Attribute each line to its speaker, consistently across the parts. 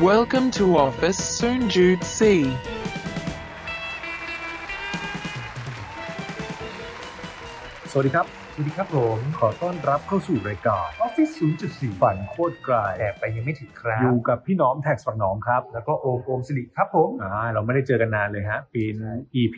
Speaker 1: Welcome to office Soonjoot C.
Speaker 2: สวัสดีครับ สวัสดีครับผม ขอต้อนรับเข้าสู่รายการ Office 0.4 ฝันโคตรไกล
Speaker 3: แต่ไปยังไม่ถึงครั
Speaker 2: อบ ยู่กับพี่หน้อมแท็กสวัสดหน้องครับ
Speaker 3: แล้วก็โอมโอมสิริครับผม
Speaker 2: อ่าเราไม่ได้เจอกันนานเลยฮะ เป็น
Speaker 3: ใช่
Speaker 2: EP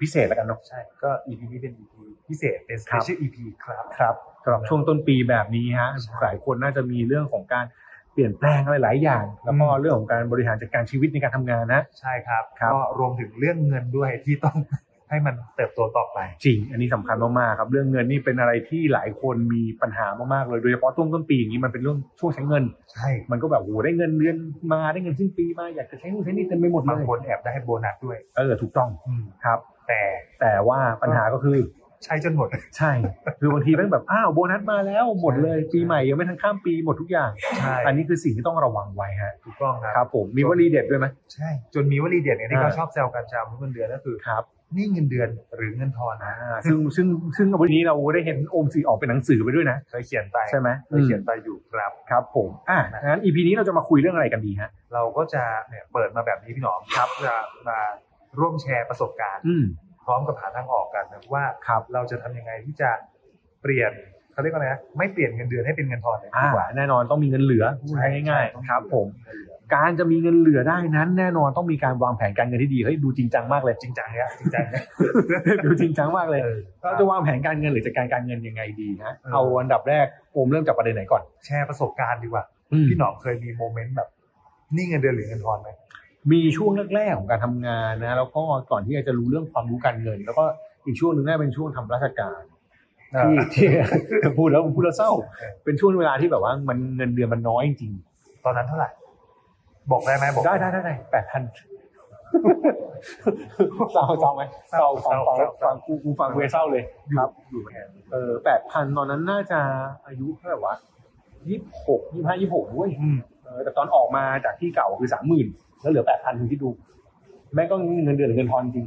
Speaker 2: พิเศษแล้วกันเนาะ
Speaker 3: ใช่ ก็ EP นี้เป็น EP พิเศษ เป็น
Speaker 2: ครับ
Speaker 3: special EP ครับ
Speaker 2: ครับสำหรับช่วงต้นปีแบบนี้ฮะ
Speaker 3: ใช่
Speaker 2: หลายคนน่าจะมีเรื่องของการเปลี่ยนแปลงอะไรหลายอย่าง แล้วก็
Speaker 3: อืม
Speaker 2: เรื่องของการบริหารจัดการชีวิตในการทำงานนะ
Speaker 3: ใช่ครับ
Speaker 2: ครับ
Speaker 3: ก็รวมถึงเรื่องเงินด้วยที่ต้อง ให้มันเติบโตต่อไป
Speaker 2: จริง อันนี้สำคัญมากๆครับ เรื่องเงินนี่เป็นอะไรที่หลายคนมีปัญหามากๆเลย โดยเฉพาะช่วงต้นปีอย่างนี้มันเป็นเรื่องช่วงใช้เงิน
Speaker 3: ใช่
Speaker 2: มันก็แบบโอ้โหได้เงินเดือนมาได้เงินสิ้นปีมาอยากจะใช้นู่นใช้นี่เต็มไปหมดเล
Speaker 3: บาง
Speaker 2: ย
Speaker 3: คนแอบได้โบนัสด้วย
Speaker 2: เออถูกต้อง
Speaker 3: อืม
Speaker 2: ครับ
Speaker 3: แต่
Speaker 2: แต่ว่าปัญหาก็คือ
Speaker 3: ใช้จนหมด
Speaker 2: ใช่ คือบางทีแม่งแบบอ้าวโบนัสมาแล้วหมดเลยปีใหม่ยังไม่ทันข้ามปีหมดทุกอย่าง
Speaker 3: ใช่
Speaker 2: อันนี้คือสิ่งที่ต้องระวังไว้ฮะ
Speaker 3: ถูกต้องค
Speaker 2: ค
Speaker 3: รั
Speaker 2: รับผมมีวลีเด็ดด้วยไหม
Speaker 3: ใช่ จนมีวลีเด็ดเนี่ยที่
Speaker 2: อ่า
Speaker 3: เขาชอบแซวกันชาวเงินเดือนก็คือ
Speaker 2: ครับ
Speaker 3: นี่เงินเดือนหรือเงินทอนนะ
Speaker 2: อ่าซึ่งซึ่งซึ่งวันนี้เราได้เห็นโอมสีออกเป็นหนังสือไปด้วยนะ
Speaker 3: เคยเขียนไป
Speaker 2: ใช่ไหม
Speaker 3: เคยเขียนไปอยู่ครับ
Speaker 2: ครับผมอ่ะงั้นอีพีนี้เราจะมาคุยเรื่องอะไรกันดีฮะ
Speaker 3: เราก็จะเนี่ยเปิดมาแบบนี้พี่หนอมครับจะมาร่วมแชร์ประสบการณ์
Speaker 2: อืม
Speaker 3: พร้อมกับหาทางออกกันนะว่า
Speaker 2: ครับ
Speaker 3: เราจะทำยังไงที่จะเปลี่ยนเขาเรียกว่าอะไรนะไม่เปลี่ยนเงินเดือนให้เป็นเงินทอนเลย
Speaker 2: อ่า
Speaker 3: ดีกว่า
Speaker 2: แน่นอนต้องมีเงินเหลือพูดง่ายๆครับผม การจะมีเงินเหลือได้นั้น แน่นอนต้องมีการวางแผนการเงินที่ดีเฮ้ยดูจริงจังมากเลย
Speaker 3: จริงจังเนี่ยจริงจังเนี่ย
Speaker 2: ดูจริงจังมากเลย
Speaker 3: เออ
Speaker 2: เราจะวางแผนการเงินหรือจัดการการเงินยังไงดีนะ
Speaker 3: เออ
Speaker 2: เอาอันดับแรกโอมเริ่มจากประเด็นไหนก่อน
Speaker 3: แชร์ประสบการณ์ดีกว่า
Speaker 2: พี่
Speaker 3: พี่
Speaker 2: ห
Speaker 3: ห
Speaker 2: น
Speaker 3: น
Speaker 2: อม
Speaker 3: อมเคยมีโมเมนต์แบบนี่เงินเดือนหรือเงินทอนไหม
Speaker 2: มีช่วงแรกๆของการทำงานนะแล้วก็ก่อนที่จะรู้เรื่องความรู้การเงิน แล้วก็อีกช่วงหนึ่งน่าเป็นช่วงทำราชการ
Speaker 3: เอ
Speaker 2: ที่
Speaker 3: อ
Speaker 2: ที่ พูดแล้วพูดแล้วเศร้า
Speaker 3: เออ
Speaker 2: เป็นช่วงเวลาที่แบบว่ามันเงินเดือนมันน้อยจริง
Speaker 3: ตอนนั้นเท่าไหร่ บอกได้ไหมบอก
Speaker 2: ๆได้ได้ได้ได้แปดพันเศร้าเศร้าไหมเศร้าฟังฟังฟังกูกูฟังกูยังเศร้าเลย
Speaker 3: อยู่
Speaker 2: ครับ
Speaker 3: อยู่แค่
Speaker 2: เออแปดพันตอนนั้นน่าจะอายุเท่าไหร่วะยี่สิบหกยี่ห้ายี่หกเว้ย
Speaker 3: อืม
Speaker 2: เออแต่ตอนออกมาจากที่เก่าคือสามหมื่นแล้วเหลือแปดพันคุณที่ดู แม่งก็เงินเดือนหรือเงินทอนจริง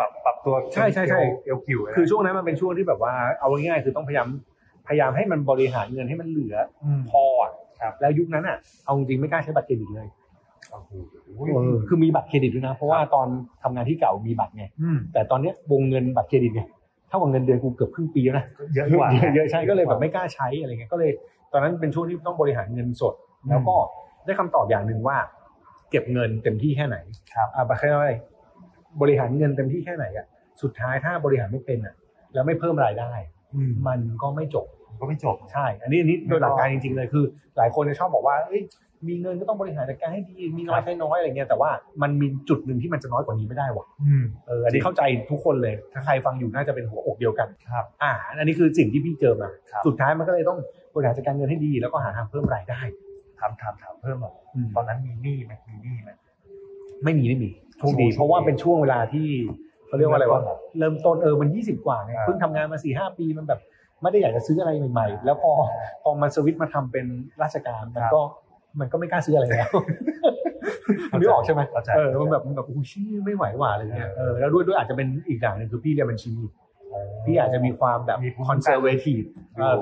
Speaker 3: ปรับปรับตัว
Speaker 2: ใช่ใช่ใช่
Speaker 3: เอวเอวกิ๋วเลยนะ
Speaker 2: คือช่วงนั้นมันเป็นช่วงที่แบบว่าเอาง่ายๆคือต้องพยายามพยายามให้มันบริหารเงินให้มันเหลือ
Speaker 3: ม
Speaker 2: พออะ
Speaker 3: ครับ
Speaker 2: แล้วยุคนั้นอ่ะเอาจริงๆไม่กล้าใช้บัตรเครดิตเลย
Speaker 3: โอ้โห
Speaker 2: เออคือมีบัตรเครดิตด้วยนะ เพราะว่าตอนทำงานที่เก่ามีบัตรไง
Speaker 3: อืม
Speaker 2: แต่ตอนเนี้ยวงเงินบัตรเครดิตเนี่ยเท่ากับเงินเดือนกูเกือบครึ่งปีแล้วนะ
Speaker 3: ก็เยอะกว่า
Speaker 2: เยอะใช่ก็เลยแบบไม่กล้าใช้อะไรเงี้ยก็เลย ตอนนั้นเป็นช่วงที่ต้องบริหารเงินสด
Speaker 3: อืม
Speaker 2: แล้วก็ได้คำตอบอย่างหนึ่งว่า เก็บเงินเต็มที่แค่ไหน
Speaker 3: ครับ
Speaker 2: อ่าแค่ว่าอะไรบริหารเงินเต็มที่แค่ไหนอ่ะสุดท้ายถ้าบริหารไม่เป็นอ่ะ แล้วไม่เพิ่มรายได้
Speaker 3: อืม
Speaker 2: มันก็ไม่จบ
Speaker 3: ก็ไม่จบ
Speaker 2: ใช่ อันนี้อันนี้โดย
Speaker 3: ไม่
Speaker 2: ห
Speaker 3: รอด
Speaker 2: ลักการจริง ๆ เลยคือ หลายคนจะชอบบอกว่าเอ้ยมีเงินก็ต้องบริหารจัดการให้ดีมีน้อย
Speaker 3: ครับ
Speaker 2: ใช้น้อยอะไรเงี้ยแต่ว่ามันมีจุดหนึ่งที่มันจะน้อยกว่านี้ไม่ได้ว่ะ
Speaker 3: อืม
Speaker 2: เอออันนี้เข้าใจทุกคนเลยถ้าใครฟังอยู่น่าจะเป็นหัวอกเดียวกัน
Speaker 3: ครับ
Speaker 2: อ่า อันนี้คือสิ่งที่พี่เจอมา
Speaker 3: ครับ
Speaker 2: สุดท้ายมันก็เลยต้องบริหารจัดการเงินให้ดี แล้วก็หาทางเพิ่มรายได้
Speaker 3: ถามถามถามเพิ่มหน่อย
Speaker 2: อืม
Speaker 3: ตอนนั้นมีหนี้ไหมมีหนี้ไหม
Speaker 2: ไม่มีไม่มีโชคดี
Speaker 3: โชคดี
Speaker 2: เพราะว่าเป็นช่วงเวลาที่เขาเรียกว่าอะไรวะ
Speaker 3: เริ่มต้น
Speaker 2: เริ่มต้น
Speaker 3: เหรอ
Speaker 2: เออ มันยี่สิบกว่าไง
Speaker 3: อ่า
Speaker 2: เพิ่งทำงานมาสี่ห้าปีมันแบบ ไม่ได้อยากจะซื้ออะไรใหม่ ๆ แล้วพอพอมันสวิตช์มาทำเป็นราชการมันก็มันก็ไม่กล้าซื้ออะไรแล้วนึกออกใช่ไหม
Speaker 3: เข้าใจ
Speaker 2: เออมันแบบมันแบบโอ้ชี้ยไม่ไหวว่ะอะไรเงี้ยเออแล้วด้วยด้วยอาจจะเป็นอีกอย่างหนึ่งคือพี่เรียนบัญชีพี่อาจจะมีความแบบ
Speaker 3: มีภูมิ
Speaker 2: คอน
Speaker 3: คุ้ม
Speaker 2: เซ
Speaker 3: กัน
Speaker 2: อร์เวทีฟ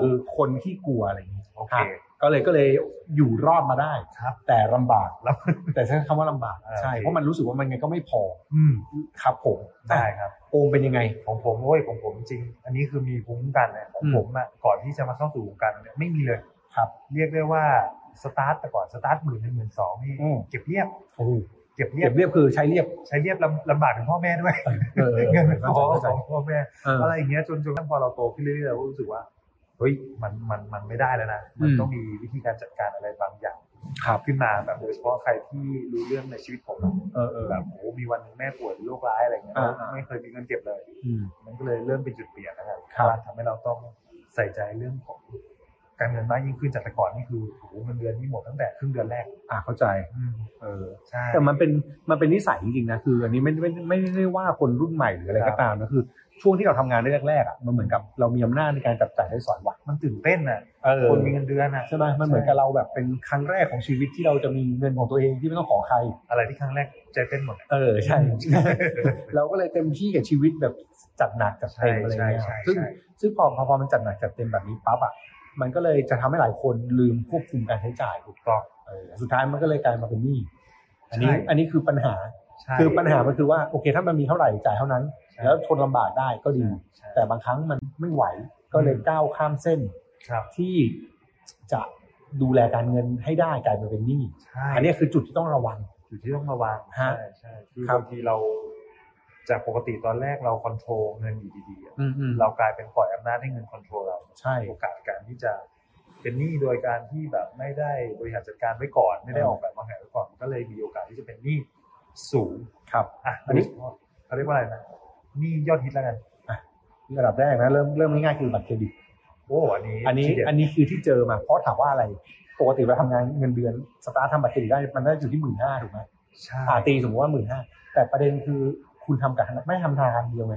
Speaker 2: คือคนที่กลัวอะไรอย่างงี้
Speaker 3: โอเค
Speaker 2: ก็เลยก็เลยอยู่รอดมาได้
Speaker 3: ครับ
Speaker 2: แต่ลำบากแล้ว แต่ใช้คำว่าลำบาก
Speaker 3: อ่า
Speaker 2: ใช่
Speaker 3: โอเค
Speaker 2: เพราะมันรู้สึกว่ามันไงก็ไม่พอ
Speaker 3: อืม
Speaker 2: ครับผม
Speaker 3: ได้ครับ
Speaker 2: โอมเป็นยังไง
Speaker 3: ของผมโอ้ยของผมจริง อันนี้คือมีภูมิคุ้มกันนะของ
Speaker 2: อืม
Speaker 3: ผมอะก่อนที่จะมาเข้าสู่วงการเนี่ยไม่มีเลย
Speaker 2: ครับ
Speaker 3: เรียกได้ว่าสตาร์ทแต่ก่อนสตาร์ทหมื่นหนึ่งหมื่นสองนี่
Speaker 2: อืม
Speaker 3: เก็บเรียบ
Speaker 2: โอ้โห
Speaker 3: เก็บเรีย
Speaker 2: เก็
Speaker 3: บบ
Speaker 2: เรียบคือใช้เรียบ
Speaker 3: ใช้เรียบลำลำบากถึงพ่อแม่ด้วย
Speaker 2: เออ
Speaker 3: เงิน
Speaker 2: เอ
Speaker 3: ไม่
Speaker 2: อ
Speaker 3: พ
Speaker 2: เข้าใจ
Speaker 3: อ
Speaker 2: เข้าใจ
Speaker 3: ของพ่อแม่
Speaker 2: เออ
Speaker 3: อะไรอย่างเงี้ยจนจนกระทั่งพอเราโตขึ้นเรื่อยๆเราก็รู้สึกว่าเฮ้ยมันมันมันไม่ได้แล้วนะมัน
Speaker 2: อืม
Speaker 3: ต้องมีวิธีการจัดการอะไรบางอย่าง
Speaker 2: ครับ
Speaker 3: ขึ้นมาแบบโดยเฉพาะใครที่รู้เรื่องในชีวิตผมอะ
Speaker 2: เออเออ
Speaker 3: แบบโอ้มีวันหนึงแม่ป่วยโรคร้ายอะไรเงี้ย
Speaker 2: อ่าอ่า
Speaker 3: ไม่เคยมีเงินเก็บเลย
Speaker 2: อืม
Speaker 3: มันก็เลยเริ่มเป็นจุดเปลี่ยนนะครับ
Speaker 2: ครับ
Speaker 3: ว่าทำให้เราต้องใส่ใจเรื่องของการเงินมากยิ่งขึ้นจากแต่ก่อนนี่คือโอ้โหเงินเดือนนี่หมดตั้งแต่ครึ่งเดือนแรก
Speaker 2: อ่าเข้าใจ
Speaker 3: เออใช่
Speaker 2: แต่มันเป็นมันเป็นนิสัยจริงๆนะคือ อันนี้ไม่ไม่ไม่ไม่ได้ว่าคนรุ่นใหม่หรืออะไรก็ตามนะคือ ช่วงที่เราทำงานแรกๆอ่ะมันเหมือนกับเรามีอำนาจในการจับจ่ายใช้สอยว่ะ
Speaker 3: มันตื่นเต้นน่ะ
Speaker 2: เออ
Speaker 3: คนมีเงินเดือนน่ะ
Speaker 2: ใช่ไหมมันเหมือนกับเราแบบเป็นครั้งแรกของชีวิตที่เราจะมีเงินของตัวเองที่ไม่ต้องขอใคร
Speaker 3: อะไรที่ครั้งแรกใจเต้นหมด
Speaker 2: เออใช่ เราก็เลยเต็มที่กับชีวิตแบบจัดหนักจัด
Speaker 3: ใช่
Speaker 2: เต็มอะไร
Speaker 3: ใช่
Speaker 2: เงี้ย
Speaker 3: ใช่
Speaker 2: ซึ่ง
Speaker 3: ใช่
Speaker 2: ซึ่งพอพอพอมันจัดหนักจัดเต็มแบบนี้ปั๊บอ่ะ มันก็เลยจะทำให้หลายคนลืมควบคุมการใช้จ่าย
Speaker 3: ถูกต้อง
Speaker 2: เออสุดท้ายมันก็เลยกลายมาเป็นหนี้อันนี้
Speaker 3: ใช่
Speaker 2: อันนี้คือปัญหา
Speaker 3: ใช่
Speaker 2: คือปัญหามันคือว่าโอเค ถ้ามันมีเท่าไหร่จ่ายเท่านั้น แล้วทนลำบากได้ก็ดี
Speaker 3: ใช่
Speaker 2: แต่บางครั้งมันไม่ไหวก็เลยก้าวข้ามเส้น
Speaker 3: ครับ
Speaker 2: ที่จะดูแลการเงินให้ได้กลายมาเป็นหนี้
Speaker 3: ใช่
Speaker 2: อันนี้คือจุดที่ต้องระวัง
Speaker 3: อยู่ที่ต้องระวัง
Speaker 2: ฮะ
Speaker 3: ใช่ใช่คือ
Speaker 2: ครับ
Speaker 3: บางทีเรา จากปกติตอนแรกเราคอนโทรลเงินอยู่ดีๆอะ
Speaker 2: อืมอืม
Speaker 3: เรากลายเป็นปล่อยอำนาจให้เงินคอนโทรลเรา
Speaker 2: ใช่
Speaker 3: โอกาสการที่จะเป็นหนี้โดยการที่แบบไม่ได้บริหารจัดการไว้ก่อน ไม่ได้ออกแบบวางแผนไว้ก่อนมันก็เลยมีโอกาสที่จะเป็นหนี้สูง
Speaker 2: ครับ
Speaker 3: อ่ะ
Speaker 2: อันนี้
Speaker 3: เขาเรียกว่าอะไรนะหนี้ยอดฮิตแล้วกัน
Speaker 2: ระดับแรกนะเริ่มเริ่มง่ายๆคือบัตรเครดิต
Speaker 3: โอ้อันนี้
Speaker 2: อันนี้
Speaker 3: ทีเด็ด
Speaker 2: อันนี้คือที่เจอมาเพราะถามว่าอะไรปกติเราทำงานเงินเดือนสตาร์ททำบัตรเครดิตได้มันได้อยู่ที่หมื่นห้าถูกไหม
Speaker 3: ใช่
Speaker 2: อ่าตีสมมติว่าหมื่นห้าแต่ประเด็นคือคุณทำกับไม่ทำธนาคารเดียวไง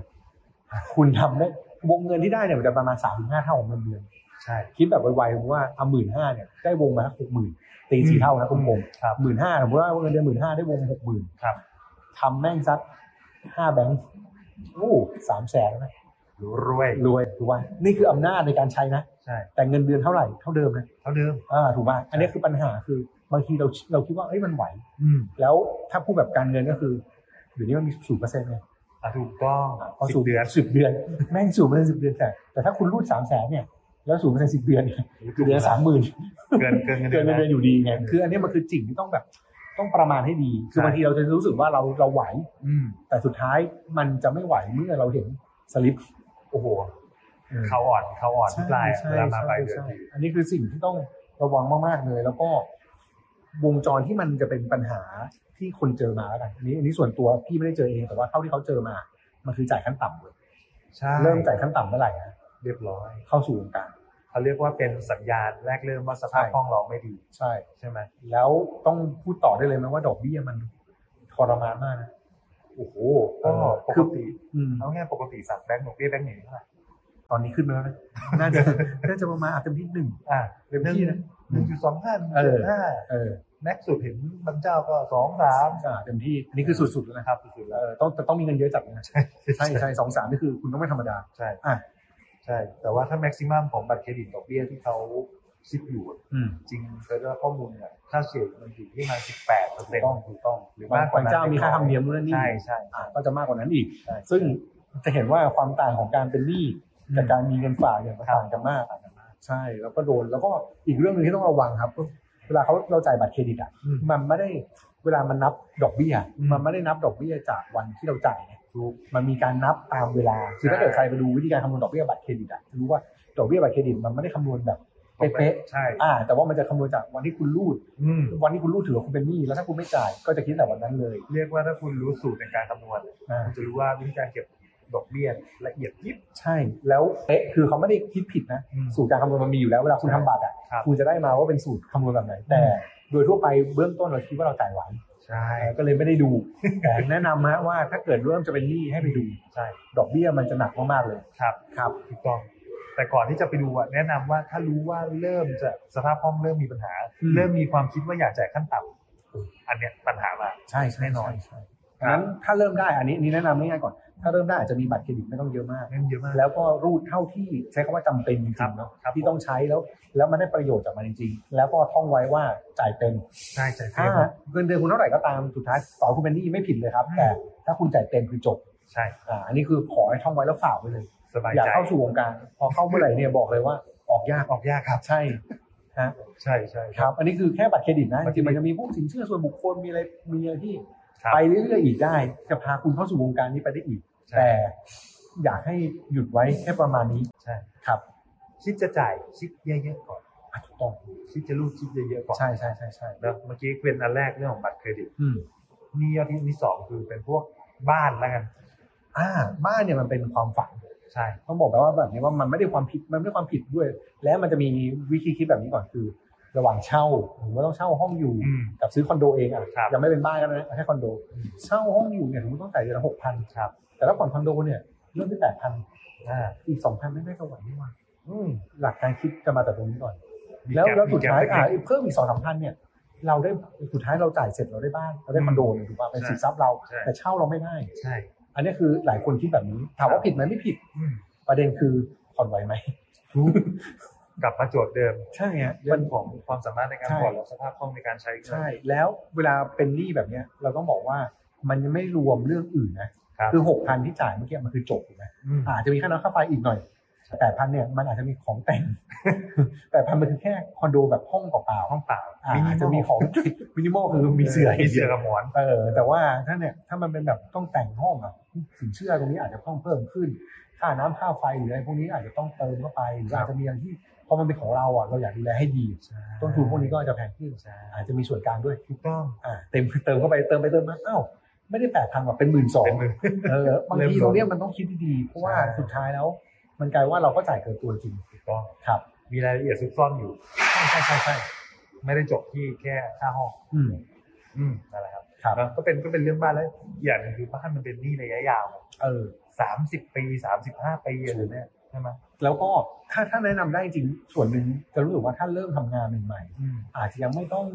Speaker 2: คุณทำได้วงเงินที่ได้เนี่ยมันจะประมาณสามถึงห้าเท่าของเงินเดือน
Speaker 3: ใช่
Speaker 2: คิดแบบไวๆผมว่าเอาหมื่นห้าเนี่ยได้วงมาหกหมื่นตีสี่เท่านะกลม
Speaker 3: ครับ
Speaker 2: ๆหมื่นห้าสมมติว่าเงินเดือนหมื่นห้าได้วงหกหมื่น
Speaker 3: ครับ
Speaker 2: ทำแม่งสักห้าแบงค์โอ้สามแสนนะ
Speaker 3: รวย
Speaker 2: รวยถูกป่ะนี่คืออำนาจในการใช้นะ
Speaker 3: ใช่
Speaker 2: แต่เงินเดือนเท่าไหร่เท่าเดิมนะ
Speaker 3: เท่าเดิม
Speaker 2: อ่าถูกป่ะอันนี้คือปัญหาคือบางทีเราเราคิดว่าเอ้ยมันไหว
Speaker 3: อืม
Speaker 2: แล้วถ้าพูดแบบการเงินก็คือเดี๋ยวนี้มันมีศูนย์เปอร์เซ็นต์ไง
Speaker 3: อ่ะถูกต้อง
Speaker 2: พอ
Speaker 3: สิ
Speaker 2: สู
Speaker 3: บเดือน
Speaker 2: สิบเดือนแม่งศูนย์เปอร์เซ็นต์สิบเดือนแต่แต่ถ้าคุณรูดสามแสนเนี่ยแล้วศูนย์เปอร์เซ็นต์สิบเดือนเนี่ยคือเดือนสามหมื่น
Speaker 3: เกินเกินเงิน
Speaker 2: เกินเงินเดื
Speaker 3: เดื
Speaker 2: อ
Speaker 3: อนน
Speaker 2: อยู่ดีไงคืออันนี้มันคือจริงที่ต้องแบบต้องประมาณให้ดี คือ
Speaker 3: ใช่
Speaker 2: บางทีเราจะรู้สึกว่าเราเราไหว
Speaker 3: อืม
Speaker 2: แต่สุดท้ายมันจะไม่ไหวเมื่อเราเห็นสลิป
Speaker 3: โอ้โห
Speaker 2: อืม
Speaker 3: เขาอ่อนเขาอ่อนทุก
Speaker 2: ใช่
Speaker 3: ลาย
Speaker 2: ใช่
Speaker 3: เวลามาปลายเดือน
Speaker 2: ใช่ใช่อันนี้คือสิ่งที่ต้องระวังมากๆเลย แล้วก็วงจรที่มันจะเป็นปัญหาที่คนเจอมาแล้วกันอันนี้อันนี้ส่วนตัวพี่ไม่ได้เจอเองแต่ว่าเท่าที่เขาเจอมา มันคือจ่ายขั้นต่ำเลย
Speaker 3: ใช่
Speaker 2: เริ่มจ่ายขั้นต่ำเมื่อไหร่นะ
Speaker 3: เรียบร้อย
Speaker 2: เข้าสู่วงการ
Speaker 3: เขาเรียกว่าเป็นสัญญาณแรกเริ่มว่าสภาพ
Speaker 2: ใช่
Speaker 3: คล่องเราไม่ดี
Speaker 2: ใช่
Speaker 3: ใช่ไหม
Speaker 2: แล้วต้องพูดต่อได้เลยไหมว่าดอกเบี้ยมันทรมานมากนะ
Speaker 3: โอ้โห
Speaker 2: เอ
Speaker 3: ก็
Speaker 2: อ
Speaker 3: ปกติ
Speaker 2: อืม
Speaker 3: เอาง่ายปกติสั่งแบงก์ดอกเบี้ยแบงก์หนึ่งเท่าไหร่
Speaker 2: ตอนนี้ขึ้นมาแล้วนะน่าจะ น่าจะประมาณอาจจะที่หนึ่ง
Speaker 3: อ่า
Speaker 2: เต็มที่นะ
Speaker 3: หนึ่งจุดสองห้าหนึ่ง
Speaker 2: เอ
Speaker 3: จุ
Speaker 2: อ
Speaker 3: ดห้า
Speaker 2: เออ
Speaker 3: แม็กซ์สุดเห็นบางเจ้าก็สองสาม
Speaker 2: อ่าเต็มที่อันนี้คือสุดๆแล้ว
Speaker 3: นะ
Speaker 2: นะครับ
Speaker 3: สุดๆ
Speaker 2: เอ
Speaker 3: แล้ว
Speaker 2: อต้องแต่ต้องมีเงินเยอะจัดนะใช่ใช่สองสามนี่คือคุณต้องไม่ธรรมดา
Speaker 3: ใช่
Speaker 2: อ่ะ
Speaker 3: ใช่ แต่ว่าถ้าแม็กซิมัมของบัตรเครดิตดอกเบี้ยที่เขาคิดอยู่
Speaker 2: อืม
Speaker 3: จริงเคยได้รับข้อมูลเนี่ยถ้าเฉลี่ยมันอยู่ที่ประมาณสิบแปดเปอร์เซ็นต์
Speaker 2: ต้องถูกต้อง
Speaker 3: หรือ
Speaker 2: าม
Speaker 3: บาง กกว่า
Speaker 2: เจ้ามีค่าธรรมเนียมนู่นนนนี่
Speaker 3: ใช่ใช่
Speaker 2: อ่าก็จะมากกว่านั้นอีก
Speaker 3: ใช่
Speaker 2: ซึ่งจะเห็นว่าความต่างของการเป็นหนี้
Speaker 3: อืม
Speaker 2: กับการมีเงินฝากเนี่ยมันต่างกันมาก
Speaker 3: ต่างกันมาก
Speaker 2: ใช่แล้วก็โดนแล้วก็อีกเรื่องหนึงที่ต้องระวังครับก็เวลาเขาเราจ่ายบัตรเครดิตอ่ะ
Speaker 3: อืม
Speaker 2: มันไม่ได้เวลามันนับดอกเบี้ย
Speaker 3: อืม
Speaker 2: มันไม่ได้นับดอกเบี้ยจากวันที่เราจ่ายนะ
Speaker 3: ถูก
Speaker 2: มันมีการนับตามเวลาคือถ้าเกิดใครไปดูวิธีการคำนวณดอกเบี้ยบัตรเครดิตอ่ะจะรู้ว่าดอกเบี้ยบัตรเครดิตมันไม่ได้คำนวณแบบเป๊ะ
Speaker 3: ใช่
Speaker 2: ๆอ่า แต่ว่ามันจะคำนวณจากวันที่คุณรูด
Speaker 3: อืม
Speaker 2: วันที่คุณรูดถือว่าคุณเป็นหนี้แล้วถ้าคุณไม่จ่ายก็จะคิดแต่วันนั้นเลย
Speaker 3: เรียกว่าถ้าคุณรู้สูตรในการคำนวณ
Speaker 2: อ่า
Speaker 3: คุณจะรู้ว่าวิธีการเก็บดอกเบี้ยละเอียดยิบ
Speaker 2: ใช่แล้วเป๊ะคือเขาไม่ได้คิดผิดนะ
Speaker 3: อืม
Speaker 2: สูตรการคำนวณมันมีอยู่แล้วเวลาคุณ
Speaker 3: ใช่
Speaker 2: ทำบัตรอ่ะ
Speaker 3: ครับ
Speaker 2: คุณจะได้มาว่าเป็นสูตรคำนวณแบบไหน แต่
Speaker 3: อืม
Speaker 2: โดยทั่วไปเบื้องต้นเราคิดว่าเราจ่ายไหว
Speaker 3: ใช่
Speaker 2: ก็เลยไม่ได้ดู แต่แนะนำฮะว่าถ้าเกิดเริ่มจะเป็นหนี้ให้ไปดู
Speaker 3: ใช่
Speaker 2: ดอกเบี้ยมันจะหนักมากๆเลย
Speaker 3: ครับ
Speaker 2: ครับ
Speaker 3: ถูกต้อง แต่ก่อนที่จะไปดูอะแนะนำว่าถ้ารู้ว่าเริ่มจะสภาพห้องเริ่มมีปัญหา เริ่มมีความคิดว่าอยากจ่ายขั้นต่ำอันเนี้ยปัญหามา
Speaker 2: ใช่ใช่
Speaker 3: แน่นอน
Speaker 2: ใช่ดังนั้นถ้าเริ่มได้อันนี้อันนี้แนะนำง่ายๆก่อน ถ้าเริ่มได้อาจจะมีบัตรเครดิตไม่ต้องเยอะมาก
Speaker 3: เริ่มเยอะมาก
Speaker 2: แล้วก็รูดเท่าที่ใช้คำว่าจำเป็นจริ
Speaker 3: ครับ
Speaker 2: งๆเนาะ
Speaker 3: ครับ
Speaker 2: ที่ต้องใช้แล้ว แล้วมันได้ประโยชน์จากมันจริงๆแล้วก็ท่องไว้ว่าจ่ายเต็ม
Speaker 3: ใช่จ่ายเต็
Speaker 2: ถ้าม เงินเดือนคุณเท่าไหร่ก็ตามสุดท้ายต่อให้คุณเป็นหนี้ไม่ผิดเลยครับ แต่ถ้าคุณจ่ายเต็มคือจบ
Speaker 3: ใช่
Speaker 2: อ่าอันนี้คือขอให้ท่องไว้แล้วฝากไว้เลย
Speaker 3: สบาย
Speaker 2: อย่า
Speaker 3: ใจ
Speaker 2: เข้าสู่วงการพอเข้าเมื่อไหร่เนี่ยบอกเลยว่าออกยาก
Speaker 3: ออกยากครับ
Speaker 2: ใช่ฮะ
Speaker 3: ใช่ใช่
Speaker 2: ครับ อันนี้คือแค่บัตรเครดิตนะจ
Speaker 3: มัน
Speaker 2: ริงๆมัน
Speaker 3: จะ
Speaker 2: จะมีพวกสินเชื่อส่วนบุคคลมีอะไรมีอะไรที่
Speaker 3: ครับ
Speaker 2: ไปเรื่อยๆอีกได้ จะพาคุณเข้าสู่วงการนี้ไปได้อีก
Speaker 3: ใช่
Speaker 2: แต่อยากให้หยุดไว้แค่ประมาณนี้
Speaker 3: ใช่
Speaker 2: ครับ
Speaker 3: คิดจะจ่ายคิดเยอะๆก่อน
Speaker 2: อ่ะถูกต้อง
Speaker 3: คิดจะรูดคิดเยอะๆก่อน
Speaker 2: ใช่ใช่ใช่ใช่
Speaker 3: แล้วเมื่อกี้เป็นอันแรกเรื่องของบัตรเครดิต
Speaker 2: อืม
Speaker 3: นี่ยอดที่ที่สองคือเป็นพวกบ้านแล้วกัน
Speaker 2: อ่าบ้านเนี่ยมันเป็นความฝัน
Speaker 3: ใช่
Speaker 2: ต้องบอกไปว่าแบบนี้ว่ามันไม่ได้ความผิดมันไม่ได้ความผิดด้วย และมันจะมีวิธีคิดแบบนี้ก่อนคือ ระหว่างเช่าหรือว่าต้องเช่าห้องอยู่
Speaker 3: อืม
Speaker 2: กับซื้อคอนโดเองอ่ะ
Speaker 3: ครับ
Speaker 2: ยังไม่เป็นบ้านกันนะแค่คอนโด
Speaker 3: อืม
Speaker 2: เช่าห้องอยู่เนี่ยสมมติต้องจ่ายเดือนละหกพัน
Speaker 3: ครับ
Speaker 2: แต่ถ้าผ่อนคอนโดเนี่ยเริ่มที่แปดพัน
Speaker 3: อ่า
Speaker 2: อีกสองพันไม่ได้ก็ไหวไม่ไหว
Speaker 3: อืม
Speaker 2: หลักการคิดจะมาจากตรงนี้ก่อน แล้วแล้วสุดท้ายอ่ะเพิ่มอีกสองสามพันเนี่ย เราได้สุดท้ายเราจ่ายเสร็จเราได้บ้านเราได้คอนโดเลยถูกป่ะเป็นสินทรัพย์เรา
Speaker 3: ใช่
Speaker 2: แต่เช่าเราไม่ได้
Speaker 3: ใช่
Speaker 2: อันนี้คือหลายคนคิดแบบนี้ถามว่าผิดไหมไม่ผิด
Speaker 3: อืม
Speaker 2: ประเด็นคือผ่อนไหวไหม
Speaker 3: กลับมาโจทย์เดิม
Speaker 2: ใช่ฮะ
Speaker 3: เรื่
Speaker 2: มั
Speaker 3: อน งของความสามารถในการ
Speaker 2: ใช่
Speaker 3: ผ่อนและสภาพคล่องในการใช้เงิน
Speaker 2: ใช่ แล้วเวลาเป็นหนี้แบบเนี้ย เราต้องบอกว่ามันยังไม่รวมเรื่องอื่นนะครับ อหกพันที่จ่ายเมื่อกี้มันคือจบถูกไหม
Speaker 3: อืม
Speaker 2: อาจจะมีค่าน้ำค่าไฟอีกหน่อยแปดพันเนี่ยมันอาจจะมีของแต่ง แปดพันมันคือแค่คอนโดแบบห้องเปล่า
Speaker 3: ห้องเปล่า
Speaker 2: ๆอาอาจจะมีของ มินิมอลคือมีเสื่อย่าง
Speaker 3: มี
Speaker 2: ดี
Speaker 3: เสื
Speaker 2: ย
Speaker 3: อ
Speaker 2: ว
Speaker 3: กับหมอน
Speaker 2: เออแต่ว่าถ้าเนี่ยถ้ามันเป็นแบบต้องแต่งห้องอะสินเชื่อตรงนี้อาจจะต้องเพิ่มขึ้น ค่าน้ำค่าไฟหรืออะไรพวกนี้อาจจะต้องเติมเข้าไปหรืออาจจะมีอย่างที่พอมันเป็นของเราอ่ะเราอยากดูแลให้ดีต้นทุนพวกนี้ก็จะแพงขึ้นอาจจะมีส่วนกลางด้วย
Speaker 3: ถูกต้อง
Speaker 2: อ่าเต็ม เติมเข้าไปเติมไปเติมมาอ้าวไม่ได้แปดพันกว่าเป็นหมื่นสอง
Speaker 3: เป็นมือ
Speaker 2: เออบาง
Speaker 3: เริ่ม
Speaker 2: ที
Speaker 3: ลด
Speaker 2: ตรงเนี้ยมันต้องคิดดีๆเพราะว่า
Speaker 3: ใช่
Speaker 2: สุดท้ายแล้ว มันกลายว่าเราก็จ่ายเกินตัวจริง
Speaker 3: ถูกต้อง
Speaker 2: ครับ
Speaker 3: มีรายละเอียดซุกซ่อนอยู่
Speaker 2: ใช่ใช่ใช่ใช่
Speaker 3: ไม่ได้จบที่แค่ค่าห้อง
Speaker 2: อืม
Speaker 3: อืมนั่นแหละครับ
Speaker 2: ครับ
Speaker 3: แล้วก็เป็นก็เป็นเรื่องบ้านแล้วอีกอย่างหนึ่งคือบ้านมันเป็นหนี้ระยะยาว
Speaker 2: เออ
Speaker 3: สามสิบปีสามสิบห้าปีอะไรเนี่ยใช่ไหม
Speaker 2: แล้วก็ถ้าถ้าแนะนำได้จริงส่วนหนึ่งจะรู้สึกว่าถ้าเริ่มทำงานใหม่ๆ
Speaker 3: อืม
Speaker 2: อาจจะยังไม่ต้อง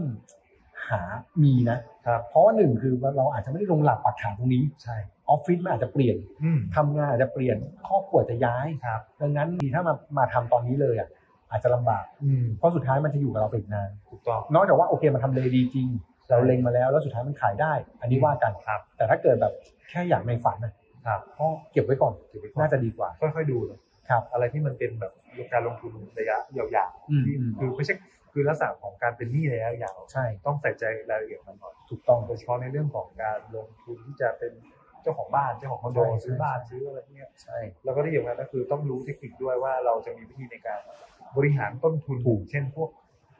Speaker 2: หามีนะ
Speaker 3: ครับ
Speaker 2: เพราะว่าหนึ่งคือเราอาจจะไม่ได้ลงหลักปักฐานตรงนี้
Speaker 3: ใช่
Speaker 2: ออฟฟิศมันอาจจะเปลี่ยน
Speaker 3: อืม
Speaker 2: ทำงานอาจจะเปลี่ยนครอบครัวจะย้าย
Speaker 3: ครับ
Speaker 2: ดังนั้นดีถ้ามามาทำตอนนี้เลยอ่ะอาจจะลำบาก
Speaker 3: อืม
Speaker 2: เพราะสุดท้ายมันจะอยู่กับเราไปอีกนาน
Speaker 3: ถูกต้อง
Speaker 2: นอกจากว่าโอเคมันทำเลดีจริง เราเล็งมาแล้วแล้วสุดท้ายมันขายได้ อันนี้ว่ากัน
Speaker 3: ครับ
Speaker 2: แต่ถ้าเกิดแบบแค่อยากในฝันนะครับ ก็เก็บไว้ก่อน
Speaker 3: ถือไปก่อ
Speaker 2: น่าน จะดีกว่า
Speaker 3: ค่อยๆดูนะครับอะไรที่มันเป็นแบบการลงทุนระยะยาว
Speaker 2: อืม
Speaker 3: ๆที่
Speaker 2: อืม
Speaker 3: คือไม่ใช่คือลักษณะของการเป็นหนี้ระยะยาว
Speaker 2: ใช่
Speaker 3: ต้องใส่ใจรายละเอียดมันหน่อย
Speaker 2: ถูกต้อง
Speaker 3: โดยเฉพาะในเรื่องของการลงทุนที่จะเป็นเจ้าของบ้านเจ้าของคอนโด
Speaker 2: ใช่
Speaker 3: ซื้อบ้านซื้ออะไรพวกเนี้ย
Speaker 2: ใช่
Speaker 3: แล้วก็ที่สำคัญก็คือต้องรู้เทคนิคด้วยว่าเราจะมีวิธีในการบริหารต้นทุน
Speaker 2: ถูก
Speaker 3: เช่นพวก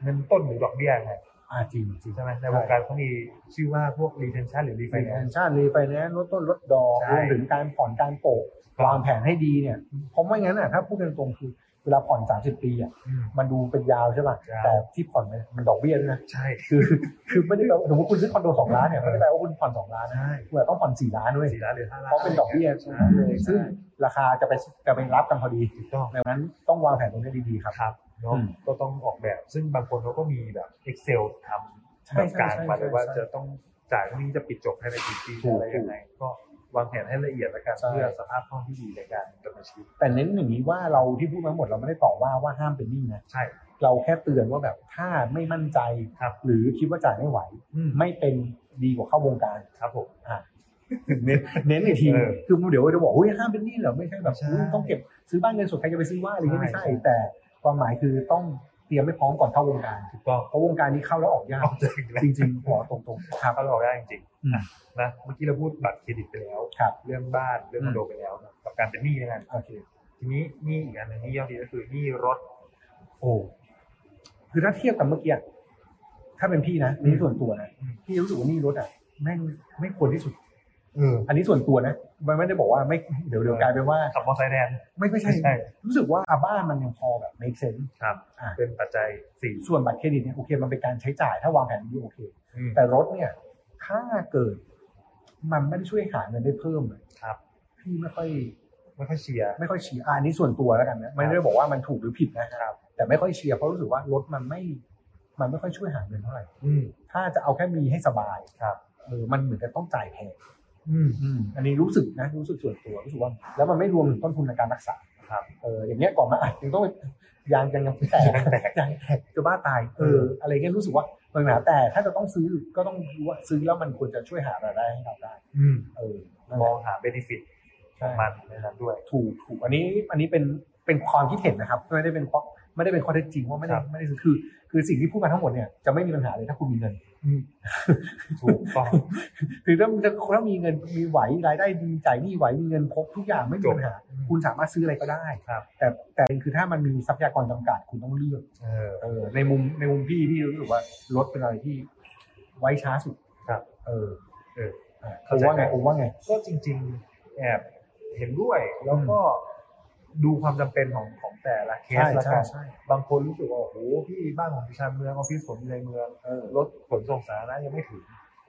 Speaker 3: เงินต้นหรือดอกเบี้ยไง
Speaker 2: อาจริงจริง
Speaker 3: ใช่ไหมใน
Speaker 2: ใช่
Speaker 3: วงการเขามีชื่อว่าพวก retention หรือ
Speaker 2: ไฟแนน
Speaker 3: refinance
Speaker 2: ซ์ชาติรีไฟแนนซ์ลดต้นลดดอก
Speaker 3: ใช่
Speaker 2: รวมถึงการผ่อนการโปะ
Speaker 3: ครับ
Speaker 2: วางแผนให้ดีเนี่ยเพราะไม่งั้นอ่ะถ้าพูดกันตรงๆคือ เวลาผ่อน 30 ปีอ่ะ
Speaker 3: อืม
Speaker 2: มันดูเป็นยาวใช่ป่ะ
Speaker 3: ยาว
Speaker 2: แต่ที่ผ่อนมันมันดอกเบี้ยด้วยนะ
Speaker 3: ใช่
Speaker 2: คือ คือไม่ได้แปลว่าสมมติคุณซื้อคอนโดสองล้านเนี่ยไม่ได้แปลว่าคุณผ่อนสองล้านนะ
Speaker 3: ใช่
Speaker 2: คุณอาจต้องผ่อนสี่ล้านด้วย
Speaker 3: สี่ล้านหรือห้าล้าน
Speaker 2: เพราะเป็นดอกเบี้ย
Speaker 3: ใช่
Speaker 2: เลยซึ่งราคาจะไปจะไปรับกันพอดี
Speaker 3: ถูกต้อง
Speaker 2: ดังนั้นต้องวางแผนตรงนี้ดีๆครับ
Speaker 3: ครับเนาะ
Speaker 2: อืม
Speaker 3: ก็ต้องออกแบบ ซึ่งบางคนเขาก็มีแบบ Excel ท
Speaker 2: ใช่
Speaker 3: ำแบบกลาร
Speaker 2: ใช่ใช่
Speaker 3: มาเลยว่า
Speaker 2: ใช่
Speaker 3: จะต้องจ่ายเท่านี้จะปิดจบภายในกี่ปี
Speaker 2: ถูก
Speaker 3: อะไรยังไงก็วางแผนให้ละเอียดแล้วกัน
Speaker 2: ใช่
Speaker 3: เพื่อสภาพคล่องที่ดีในการดำเนินชีวิต
Speaker 2: แต่เน้นอย่างนี้ว่าเราที่พูดมาหมดเราไม่ได้ต่อว่าว่าห้ามเป็นหนี้นะ
Speaker 3: ใช่
Speaker 2: เราแค่เตือนว่าแบบถ้าไม่มั่นใจ
Speaker 3: ครับ
Speaker 2: หรือคิดว่าจ่ายไม่ไหว
Speaker 3: อืม
Speaker 2: ไม่เป็นดีกว่าเข้าวงการ
Speaker 3: ครับผม
Speaker 2: เน้นเน้นอีกที
Speaker 3: เออ
Speaker 2: คือเดี๋ยวจะบอกเฮ้ยห้ามเป็นหนี้เหรอไม่ใช่แบบ
Speaker 3: ใช่
Speaker 2: ต้องเก็บซื้อบ้านเงินสดใครจะไปซื้อว่าอะไรอย่างเงี้ยไม่
Speaker 3: ใช่
Speaker 2: ใช่ แต่ความหมายคือต้องเตรียมไม่พร้อมก่อนเข้าวงการ
Speaker 3: ถูกต้อง
Speaker 2: เพราะวงการนี้เข้าแล้วออกยา
Speaker 3: อก อกจริงแล้ว
Speaker 2: จริงๆบอกตรงๆครับ
Speaker 3: เข้าเราได้จริง
Speaker 2: อืม
Speaker 3: ๆนะเมื่อกี้เราพูดบัตรเครดิตไปแล้ว
Speaker 2: ครับ
Speaker 3: เรื่องบ้านเรื่องคอนโดไปแล้วนะกับการเป็นหนี้นะครับ
Speaker 2: โอเค
Speaker 3: ทีนี้หนี้อีกอันหนึงที่ยอดดีก็คือหนี้รถ
Speaker 2: โอ้คือถ้าเทียบกับเมื่อกี้อะถ้าเป็นพี่นะนี่ส่วนตัวนะ
Speaker 3: อืม
Speaker 2: พี่รู้สึกว่าหนี่รถอ่ะแม่งไม่ควรที่สุด
Speaker 3: เออ
Speaker 2: อันนี้ส่วนตัวนะมันไม่ได้บอกว่าไม่เดี๋ยวเดี๋ยวกลายเป็นว่า
Speaker 3: ขับมอเตอร์ไซค์แทน
Speaker 2: ไม่ไม่ใช่
Speaker 3: ไม่ใช่
Speaker 2: รู้สึกว่าอ่ะบ้านมันยังพอแบบ make sense
Speaker 3: ครับ
Speaker 2: อ่ะ
Speaker 3: เป็นปัจจัยสี่
Speaker 2: ส่วนบัตรเครดิตเนี่ยโอเคมันเป็นการใช้จ่ายถ้าวางแผนดีโอเค
Speaker 3: อืม
Speaker 2: แต่รถเนี่ย ถ้าเกิด มันไม่ได้ช่วยหาเงินได้เพิ่มอะ
Speaker 3: ครับ
Speaker 2: พี่ไม่ค่อย
Speaker 3: ไม่ค่อยเชียร์
Speaker 2: ไม่ค่อยเชียร์อะอันนี้ส่วนตัวแล้วกันนะไม่ได้บอกว่ามันถูกหรือผิดนะครับ แต่ไม่ค่อยเชียร์เพราะรู้สึกว่ารถมันไม่ มันไม่ค่อยช่วยหาเงินเท่าไหร่
Speaker 3: อืม
Speaker 2: ถ้าจะเอาแค่มีให้สบาย
Speaker 3: ครับ
Speaker 2: เออมันเหมือนกับต้องจ่ายแพง
Speaker 3: อืม
Speaker 2: อืมอันนี้รู้สึกนะรู้สึกส่วนตัวรู้สึกว่า แล้วมันไม่รวมถึงต้นทุนในการรักษา
Speaker 3: ครับ
Speaker 2: เอออย่างเงี้ยก่อนมาอัดยังต้องยางยังยังไม่แตก
Speaker 3: แต่
Speaker 2: อยากแหกจะบ้าตายเอออะไรเงี้ยรู้สึกว่าปัญหาแต่ถ้าจะต้องซื้อก็ต้องรู้ว่าซื้อแล้วมันควรจะช่วยหารายได้ให้เราได้
Speaker 3: อืม
Speaker 2: เออนั่นแห
Speaker 3: ม
Speaker 2: ละ
Speaker 3: องหาเบนฟิตของมันในนั้นด้วย
Speaker 2: ถูกถูกอันนี้อันนี้เป็นเป็นความคิดเห็นนะครับ ไม่ได้เป็นข้อไม่ได้เป็นข้อเท็จจริงว่าไม่ได้
Speaker 3: ครับ
Speaker 2: ไม่ได้ซื้อคือ คือสิ่งที่พูดมาทั้งหมดเนี่ยจะไม่มีปัญหาเลยถ้าคุณมีเงิน
Speaker 3: ถูกต้อง
Speaker 2: คือถ้าถ้าถ้ามีเงินมีไหวรายได้ดีจ่ายหนี้ไหวมีเงินครบทุกอย่างไม่มี
Speaker 3: จบ
Speaker 2: ปัญหา
Speaker 3: อืม
Speaker 2: คุณสามารถซื้ออะไรก็ได้
Speaker 3: ครับ
Speaker 2: แต่แต่คือถ้ามันมีทรัพยากรจำกัดคุณต้องเลือก
Speaker 3: เออ
Speaker 2: เออในมุมในมุมพี่พี่รู้สึกว่ารถเป็นอะไรที่ไว้ช้าสุด
Speaker 3: ครับ
Speaker 2: เออ
Speaker 3: เออ
Speaker 2: อ่ะผ
Speaker 3: เข้าม ใจ
Speaker 2: ว่าไงผมว่าไง
Speaker 3: ก็จริง ๆ แอบเห็นด้วย แล้วก็ดูความจำเป็นของของแต่ละเคส
Speaker 2: ใช่
Speaker 3: ละ
Speaker 2: ใช่
Speaker 3: กัน
Speaker 2: ใช่
Speaker 3: บางคนรู้สึกว่า โอ้โห พี่บ้านผมอยู่ชานเมืองออฟฟิศผมอยู่ในเมือง
Speaker 2: เออ
Speaker 3: รถขนส่งสาธารณะยังไม่ถึง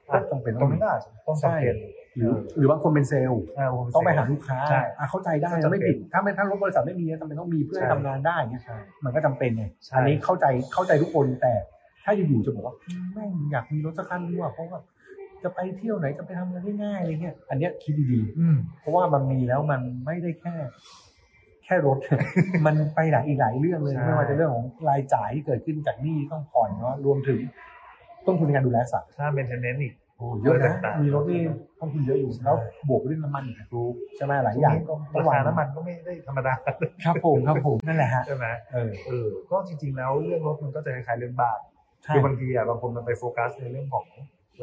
Speaker 2: ก็จำเป็น
Speaker 3: ต
Speaker 2: ต้
Speaker 3: ร
Speaker 2: อง งมี
Speaker 3: นี้นก็อาจจะต้องจำเป็น
Speaker 2: ใช่ หรือหรือบางคนเป็นเซลล์
Speaker 3: เออผม
Speaker 2: ต้องไปหาลูกค้า
Speaker 3: ใช่
Speaker 2: อ่ะเข้าใจได้
Speaker 3: ก็
Speaker 2: นะ
Speaker 3: จำเป็น
Speaker 2: ไม่ผิดถ้าไม่ถ้ารถบริษัทไม่มีนะจำเป็นต้องมีเพื่อให้
Speaker 3: ใช่
Speaker 2: ทำงานได้เนี่ย
Speaker 3: ใช่
Speaker 2: มันก็จำเป็นไง
Speaker 3: ใช่
Speaker 2: อันนี้เข้าใจเข้าใจทุกคนแต่ถ้าอยู่ๆจะบอกว่าแม่งอยากมีรถสักคันดีกว่าเพราะว่าจะไปเที่ยวไหนจะไปทำอะไรได้ง่ายอะไรเงี้ยอันเนี้ยคิดดี
Speaker 3: อืม
Speaker 2: ๆเพราะว่ามันมีแล้วมันไม่ได้แค่ แ แค่รถ มันไปหลายอีกหลายเรื่องเลย
Speaker 3: ใช่
Speaker 2: ไม่ว่าจะเรื่องของรายจ่ายที่เกิดขึ้นจากหนี้ต้องผ่อนเนาะรวมถึง ต้นทุนในการดูแลสัตว์
Speaker 3: ค่าเมนเทนเนนอีก
Speaker 2: โอ้เยอะนะ
Speaker 3: ต่างๆ
Speaker 2: มีรถนี่ต้นทุนเยอะอยู่แล้วบวกไปด้วยน้ำมันอีก
Speaker 3: รู้
Speaker 2: ใช่ไหมหลายอย่างก็
Speaker 3: ราคาน้ำมันก็ไม่ได้ธรรมดา
Speaker 2: ครับผมครับผมนั่นแหละฮะ
Speaker 3: ใช่ไหม
Speaker 2: เออ
Speaker 3: เออก็จริง ๆ แล้วเรื่องรถมันก็จะคล้ายๆเรื่องบ้าน
Speaker 2: ใช่
Speaker 3: คือบางทีอ่ะบางคนมันไปโฟกัสในเรื่องของ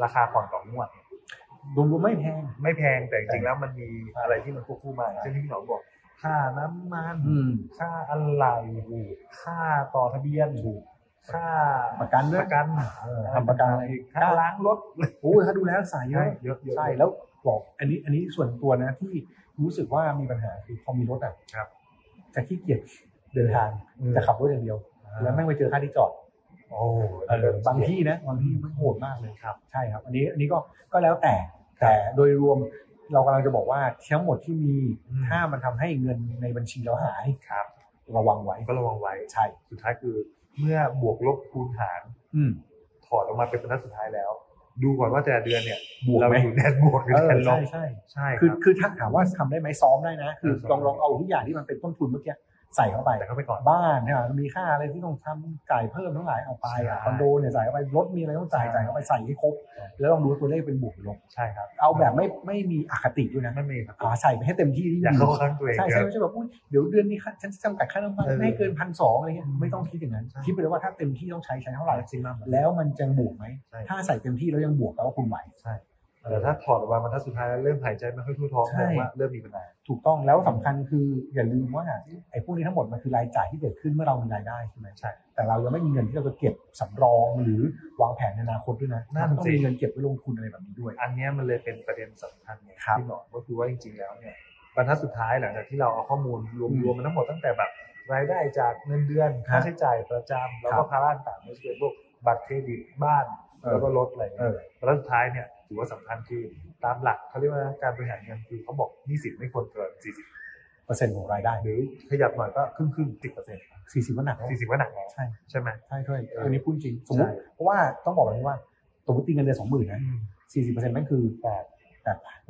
Speaker 3: ราคาผ่อนต่องวด
Speaker 2: รวมๆไม่แพง
Speaker 3: ไม่แพงแต่จริงๆแล้วมันมีอะไรที่มันควบคู่มาเช่นที่หนอบอก ค่าน้ำมัน
Speaker 2: อืม
Speaker 3: ค่าอะไรค่าต่อทะเบียนค่า
Speaker 2: ประกันด้วย
Speaker 3: ประกัน
Speaker 2: เออทำประกันอะไร
Speaker 3: อีกค่าล้างรถ
Speaker 2: โอ้ยถ้าดูแลรักษาเย
Speaker 3: เยอะ
Speaker 2: อะ
Speaker 3: เยอะเยอะ
Speaker 2: ใช่แล้วบอกอันนี้อันนี้ส่วนตัวนะที่รู้สึกว่ามีปัญหาคือพอมีรถอ่ะ
Speaker 3: ครับ
Speaker 2: จะขี้เกียจเดินทาง
Speaker 3: อืม
Speaker 2: จะขับรถอย่างเดียว แล้วแม่งไปเจอค่าที่จอด
Speaker 3: โอ้
Speaker 2: เออบางที่นะบางที่มันโหดมากเลย
Speaker 3: ครับ
Speaker 2: ใช่ครับ อันนี้อันนี้ก็ก็แล้วแต่แต่โดยรวมเรากำลังจะบอกว่าทั้งหมดที่มี
Speaker 3: อืม
Speaker 2: ถ้ามันทำให้เงินในบัญชีเราหาย
Speaker 3: ครับ
Speaker 2: ระวังไว้
Speaker 3: ก็ระวังไว้
Speaker 2: ใช่
Speaker 3: สุดท้ายคือเมื่อบวกลบคูณหาร
Speaker 2: อืม
Speaker 3: ถอดออกมาเป็นบรรทัดสุดท้ายแล้ว ดูก่อนว่าแต่ละเดือนเนี่ย
Speaker 2: บวก
Speaker 3: เรา
Speaker 2: ไหม
Speaker 3: อยู่แดนบวกหรือ
Speaker 2: เออ
Speaker 3: แดนล
Speaker 2: ใช่
Speaker 3: บ
Speaker 2: ใช่
Speaker 3: ใช่
Speaker 2: คือ
Speaker 3: รับ
Speaker 2: คือถ้าถามว่าทำได้ไหมซ้อมได้นะ คือ
Speaker 3: เออซ้อม
Speaker 2: ลองลองเอาทุกอย่างที่มันเป็นต้นทุนเมื่อกี้ใส่เข้าไป
Speaker 3: แต่เข้าไปก่อน
Speaker 2: บ้านเนี่ยมีค่าอะไรที่ต้องทำจ่ายเพิ่มทั้งหลายเอาไปอ่ะ
Speaker 3: ใช่
Speaker 2: คอนโดเนี่ยจ่ายเข้าไปรถมีอะไรต้องจ่าย
Speaker 3: ใช่
Speaker 2: จ่ายเข้าไปใส่ให้ครบ แล้วลองดูว่าตัวเลขเป็นบวกหรือลบ
Speaker 3: ใช่ครับ
Speaker 2: เอาแบบไม่ไม่มีอคติด้วยนะ
Speaker 3: ไม่มีครับ
Speaker 2: อ่าใส่ไปให้เต็มที่ที่
Speaker 3: อย่า
Speaker 2: มี
Speaker 3: เข้าข้างตัวเอง
Speaker 2: ใช่
Speaker 3: เย
Speaker 2: ใช่
Speaker 3: อะ
Speaker 2: ไม่ใช่แบบอุ๊ยเดี๋ยวเดือนนี้ค่าฉันจำกัดค่าน้ำมัน
Speaker 3: เออ
Speaker 2: ไม่ให้เกินพันสองอะไรเงี้ยไม่ต้องคิดอย่างนั้น
Speaker 3: ใช่
Speaker 2: คิดไปเลยว่าถ้าเต็มที่ต้องใช้ใช้เท่าไหร่
Speaker 3: แม็กซิมัม
Speaker 2: แล้วมันจะบวกไหม
Speaker 3: ใช่
Speaker 2: ถ้าใส่เต็มที่แล้วยังบวกแปลว่าคุณไหว
Speaker 3: แต่ถ้าถอดออกมาบรรทัดสุดท้ายแล้วเริ่มหายใจไม่ค่อยทั่วท้อง
Speaker 2: ใช่
Speaker 3: แปลว่าเริ่มมีปัญหา
Speaker 2: ถูกต้องแล้วสำคัญคืออย่าลืมว่าไอ้พวกนี้ทั้งหมดมันคือรายจ่ายที่เกิดขึ้นเมื่อเรามีรายได้ใช่ไหม
Speaker 3: ใช่
Speaker 2: แต่เรายังไม่มีเงินที่เราจะเก็บสำรองหรือวางแผนในอนาคตด้วยนะ
Speaker 3: นั่นสิ
Speaker 2: ต้องมีเงินเก็บไว้ลงทุนอะไรแบบนี้ด้วย
Speaker 3: อันเนี้ยมันเลยเป็นประเด็นสำคัญไง
Speaker 2: ครับ
Speaker 3: ที่บอกก็คือว่าจริงๆแล้วเนี่ยบรรทัดสุดท้ายหลังจากที่เราเอาข้อมูลรวม
Speaker 2: อืม
Speaker 3: รวมมันทั้งหมดตั้งแต่แบบรายได้จากเงินเดือน
Speaker 2: ครับ
Speaker 3: ค่าใช้จ่ายประจำแล้ว
Speaker 2: ครั
Speaker 3: ก็
Speaker 2: บ
Speaker 3: ภาระต่างๆไม่ว่าจะเป็นพวกบัตรเครดิตบ้าน
Speaker 2: เออ
Speaker 3: แล้วก็รถอะไร
Speaker 2: เอ
Speaker 3: เงี้ย
Speaker 2: อบ
Speaker 3: รรทัดสุดท้ายเนี่ยถือว่าสำคัญคือตามหลักเขาเรียกว่าการบริหารเงินคือเขาบอกหนี้สินไม่ควรเกิน 40
Speaker 2: เปอร์เซ็นต์ของรายได้
Speaker 3: หรือขยับหน่อยก็ครึ่งครึ่งสิบเปอร์เซ็นต์
Speaker 2: สี่สิบก็หนักแล้ว
Speaker 3: สี่สิบก็หนักแล้ว
Speaker 2: ใช่
Speaker 3: ใช่ไหม
Speaker 2: ใช่ด้วยอันนี้พูดจริงสมมติ
Speaker 3: ใช่
Speaker 2: เพราะว่าต้องบอกแบบนี้ว่าสมมติตีเงินเดือนสองหมื่นนะ
Speaker 3: อืม
Speaker 2: สี่สิบเปอร์เซ็นต์นั่นคือ
Speaker 3: แต่
Speaker 2: แปดพัน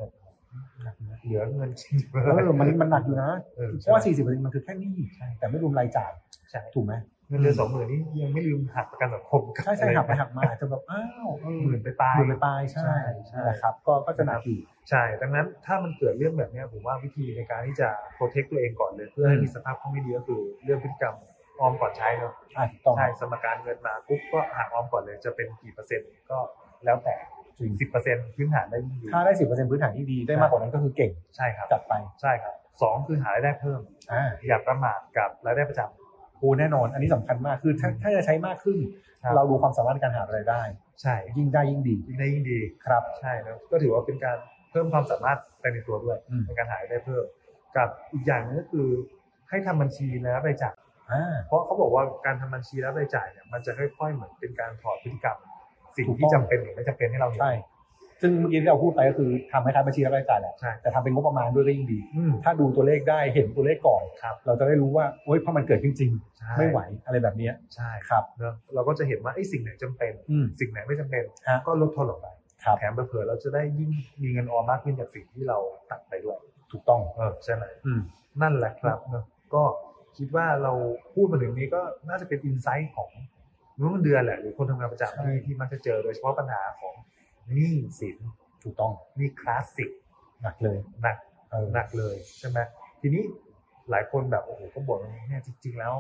Speaker 3: เหลือเงินจริง
Speaker 2: เออมันมันหนักอยู่นะ
Speaker 3: เออ
Speaker 2: เพราะว่าสี่สิบเปอร์เซ็นต์มันคือแค่หนี้แต่ไม่รวมรายจ่าย
Speaker 3: ใช่
Speaker 2: ถูกไหม
Speaker 3: เงินเดือนสองหมื่นนี่ยังไม่ลืมหักประกันสังคม
Speaker 2: ใช่ใช่หักไปหักมาอาจจะแบบอ้าวเออ
Speaker 3: หมื่นไปปลาย
Speaker 2: หมื่นไปปลายใช่
Speaker 3: ใช่
Speaker 2: นั่นแหละครับ ก็ก็จะหนักอยู่
Speaker 3: ใช่ ดังนั้นถ้ามันเกิดเรื่องแบบเนี้ยผมว่าวิธีในการที่จะโปรเทคตัวเองก่อนเลย เพื่อให้มีสภาพคล่องไม่ดีก็คือเรื่องพฤติกรรมออมก่อนใช้เนาะ
Speaker 2: อ่ะถูกต้อง
Speaker 3: ใช่สมการเงินมาปุ๊บก็หักออมก่อนเลยจะเป็นกี่เปอร์เซ็นต์ก็แล้วแต่
Speaker 2: จริง
Speaker 3: สิบเปอร์เซ็นต์พื้นฐานได้ยิ่งดี
Speaker 2: ถ้าได้สิบเปอร์เซ็นต์พื้นฐานที่ดีได้มากกว่านั้นก็คือเก่ง
Speaker 3: ใช่ครับ
Speaker 2: จัดไป
Speaker 3: ใช่ครับสองคือหารายได้เพิ่ม
Speaker 2: อ่า
Speaker 3: อย่าประมาทกับรายได้ประจ
Speaker 2: โอ้แน่นอน อันนี้สำคัญมากคือถ้าถ้าจะใช้มากขึ้น
Speaker 3: ครับ
Speaker 2: เราดูความสามารถในการหารายได้
Speaker 3: ำใช่
Speaker 2: ยิ่งได้ยิ่งดี
Speaker 3: ยิ่งได้ยิ่งดี
Speaker 2: ครับ
Speaker 3: ใช่แล้วก็ถือว่าเป็นการเพิ่มความสามารถไปในตัวด้วย
Speaker 2: อืม
Speaker 3: ในการหารายได้เพิ่ม กับอีกอย่างหนึงก็คือให้ทำบัญชีแล้วรายจ่าย
Speaker 2: อ่า
Speaker 3: เพราะเขาบอกว่าการทำบัญชีแล้วรายจ่ายเนี่ยมันจะค่อยๆเหมือนเป็นการถอดพฤติกรรม สิ่ง
Speaker 2: ถูกต้
Speaker 3: ที่
Speaker 2: อง
Speaker 3: จำเป็นหรือไม่จำเป็นให้เราเห็น
Speaker 2: ใช่ซึ่งเมื่อกี้ที่เราพูดไปก็คือทำให้คล้ายบัญชีรายจ่ายแหละ
Speaker 3: ใช่
Speaker 2: แต่ทำเป็นงบประมาณด้วยก็ยิ่งดี
Speaker 3: อืม
Speaker 2: ถ้าดูตัวเลขได้เห็นตัวเลขก่อน
Speaker 3: ครับ
Speaker 2: เราจะได้รู้ว่าโอ้ยเพราะมันเกิดจริง
Speaker 3: ใช่
Speaker 2: ๆไม่ไหวอะไรแบบเนี้ย
Speaker 3: ใช่
Speaker 2: ครับ
Speaker 3: เนอะเราก็จะเห็นว่าไอ้สิ่งไหนจำเป็น
Speaker 2: อืม
Speaker 3: สิ่งไหนไม่จำเป็น
Speaker 2: ฮะ
Speaker 3: ก็ลดทอนลงไป
Speaker 2: ครับ
Speaker 3: แถมเผลอๆเราจะได้ยิ่งมีเงินออมมากขึ้นจากสิ่งที่เราตัดไปด้วย
Speaker 2: ถูกต้อง
Speaker 3: เออใช่ไหม
Speaker 2: อืม
Speaker 3: นั่นแหละครับเนอะก็คิดว่าเราพูดมาถึงนี้ก็น่าจะเป็นอินไซต์ของมนุษย์เงินเดือนแหละหรือคนทำงานประจำ
Speaker 2: ใช่
Speaker 3: ที่ที่มักจะเจอโดยเฉพาะปัญหาของหนี้สิน
Speaker 2: ถูกต้อง
Speaker 3: หนี้คลาสสิก
Speaker 2: หนักเลย
Speaker 3: หนัก
Speaker 2: เออ
Speaker 3: หนักเลยใช่ไหมทีนี้หลายคนแบบโอ้โหก็บ่นว่าเนี่ยจริง ๆ แล้ว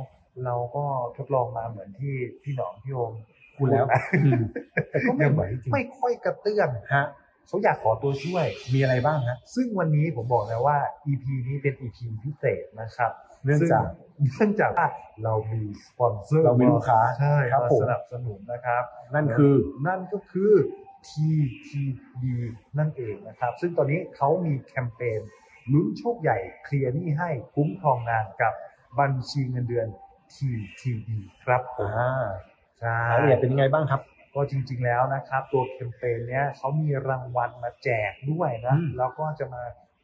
Speaker 3: เราก็ทดลองมาเหมือนที่พี่หนองพี่โอม
Speaker 2: พูดแล้ว
Speaker 3: นะ
Speaker 2: อืมแต่ก็ไม่
Speaker 3: ยัง
Speaker 2: ไหวจริง
Speaker 3: ไม่ค่อยกระเตื้อง
Speaker 2: ฮะ
Speaker 3: เขาอยากขอตัวช่วย
Speaker 2: มีอะไรบ้างฮะ
Speaker 3: ซึ่งวันนี้ผมบอกนะว่า EP นี้เป็น EP พิเศษนะครับ
Speaker 2: เนื่องจาก
Speaker 3: ซึ่งเนื่องจากว่าเรามีสปอนเซอร์
Speaker 2: เรามีลูกค้า
Speaker 3: ใช่
Speaker 2: ครับ
Speaker 3: มา
Speaker 2: ผม
Speaker 3: สนับสนุนนะครับ
Speaker 2: นั่นคือ
Speaker 3: นั่นก็คือ TTB นั่นเองนะครับ ซึ่งตอนนี้เขามีแคมเปญลุ้นโชคใหญ่เคลียร์หนี้ให้คุ้มครองงานกับบัญชีเงินเดือน TTB ครับผม
Speaker 2: อ่า
Speaker 3: ใช่
Speaker 2: รายละเอียดเป็นยังไงบ้างครับ
Speaker 3: ก็จริงๆแล้วนะครับ ตัวแคมเปญเนี้ยเขามีรางวัลมาแจกด้วยนะ
Speaker 2: อืม
Speaker 3: แล้วก็จะมา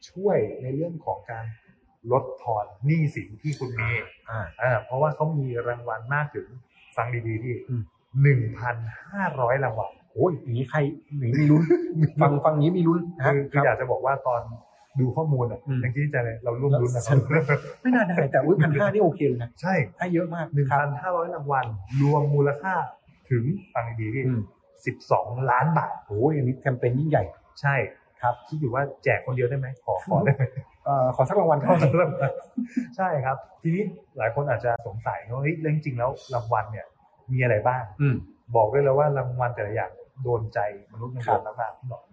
Speaker 3: ช่วยในเรื่องของการลดทอนหนี้สินที่คุณมี
Speaker 2: อ่า
Speaker 3: อ่าเพราะว่าเขามีรางวัลมากถึงฟังดีๆที่
Speaker 2: อืม
Speaker 3: หนึ่งพันห้าร้อยรางวัล
Speaker 2: โอ้ยอย่างนี้ใครอย่างนี้มีลุ้น ฟังฟังอย่างนี้มีลุ้นนะ
Speaker 3: คือคืออยากจะบอกว่าตอน ดูข้อมูลอ่ะ
Speaker 2: อืม
Speaker 3: เมื่อกี้ใจเลยเราร่วมรุ้นนะครับ
Speaker 2: ไม่น่าได้แต่อุ้ยพันห้านี่โอเคเลยนะ
Speaker 3: ใช่
Speaker 2: ให้เยอะมาก
Speaker 3: หนึ่งพันห้าร้อยรางวัลรวมมูลค่าถึงฟังดีๆพี่
Speaker 2: อืม
Speaker 3: สิบสองล้านบาท
Speaker 2: โอ้ยอันนี้แคมเปญยิ่งใหญ่
Speaker 3: ใช่
Speaker 2: ครับ
Speaker 3: คิดอยู่ว่าแจกคนเดียวได้ไหมขอขอได้ไหม
Speaker 2: เอ่อขอสักรางวัลครับ
Speaker 3: ใช่ครับ ทีนี้หลายคนอาจจะสงสัยเนอะเฮ้ยแล้วจริงๆแล้วรางวัลเนี่ย มีอะไรบ้าง
Speaker 2: อืม
Speaker 3: บอกได้เลยว่ารางวัลแต่ละอย่างโดนใจมนุษย์เงินเดือนมากๆพี่หนอน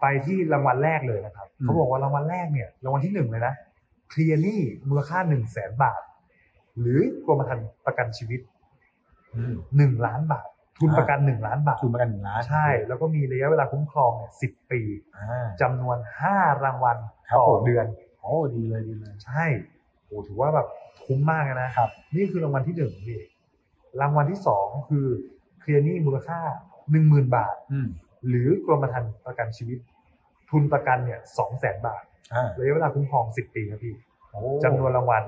Speaker 3: ไปที่รางวัลแรกเลยนะครับ
Speaker 2: อืม
Speaker 3: เขาบอกว่ารางวัลแรกเนี่ยรางวัลที่หนึ่งเลยนะเคลียร์หนี้มูลค่าหนึ่งแสนบาท หรือกรมธรรม์ประกันชีวิต
Speaker 2: อืม
Speaker 3: หนึ่งล้านบาท ทุน
Speaker 2: อ่า
Speaker 3: ประกันหนึ่งล้านบาท
Speaker 2: ทุนประกันหนึ่งล้าน
Speaker 3: ใช่ แล้วก็มีระยะเวลาคุ้มครองเนี่ยสิบปี
Speaker 2: อ่า
Speaker 3: จำนวนห้ารางวัล
Speaker 2: ครับ
Speaker 3: ต่อ
Speaker 2: ผม
Speaker 3: เดือน
Speaker 2: โอ้ดีเลยดีเลย
Speaker 3: ใช่โอ้ถือว่าแบบคุ้มมากเลยนะครับ นี่คือรางวัลที่หนึ่งพี่รางวัลที่สองคือเคลียร์หนี้มูลค่าหนึ่งหมื่นบาท
Speaker 2: อืม
Speaker 3: หรือกรมธรรม์ประกันชีวิต ทุนประกันเนี่ยสองแสนบาท
Speaker 2: อ่า
Speaker 3: ระยะเวลาคุ้มครองสิบปีครับพี่
Speaker 2: โอ้
Speaker 3: จำนวนรางวัล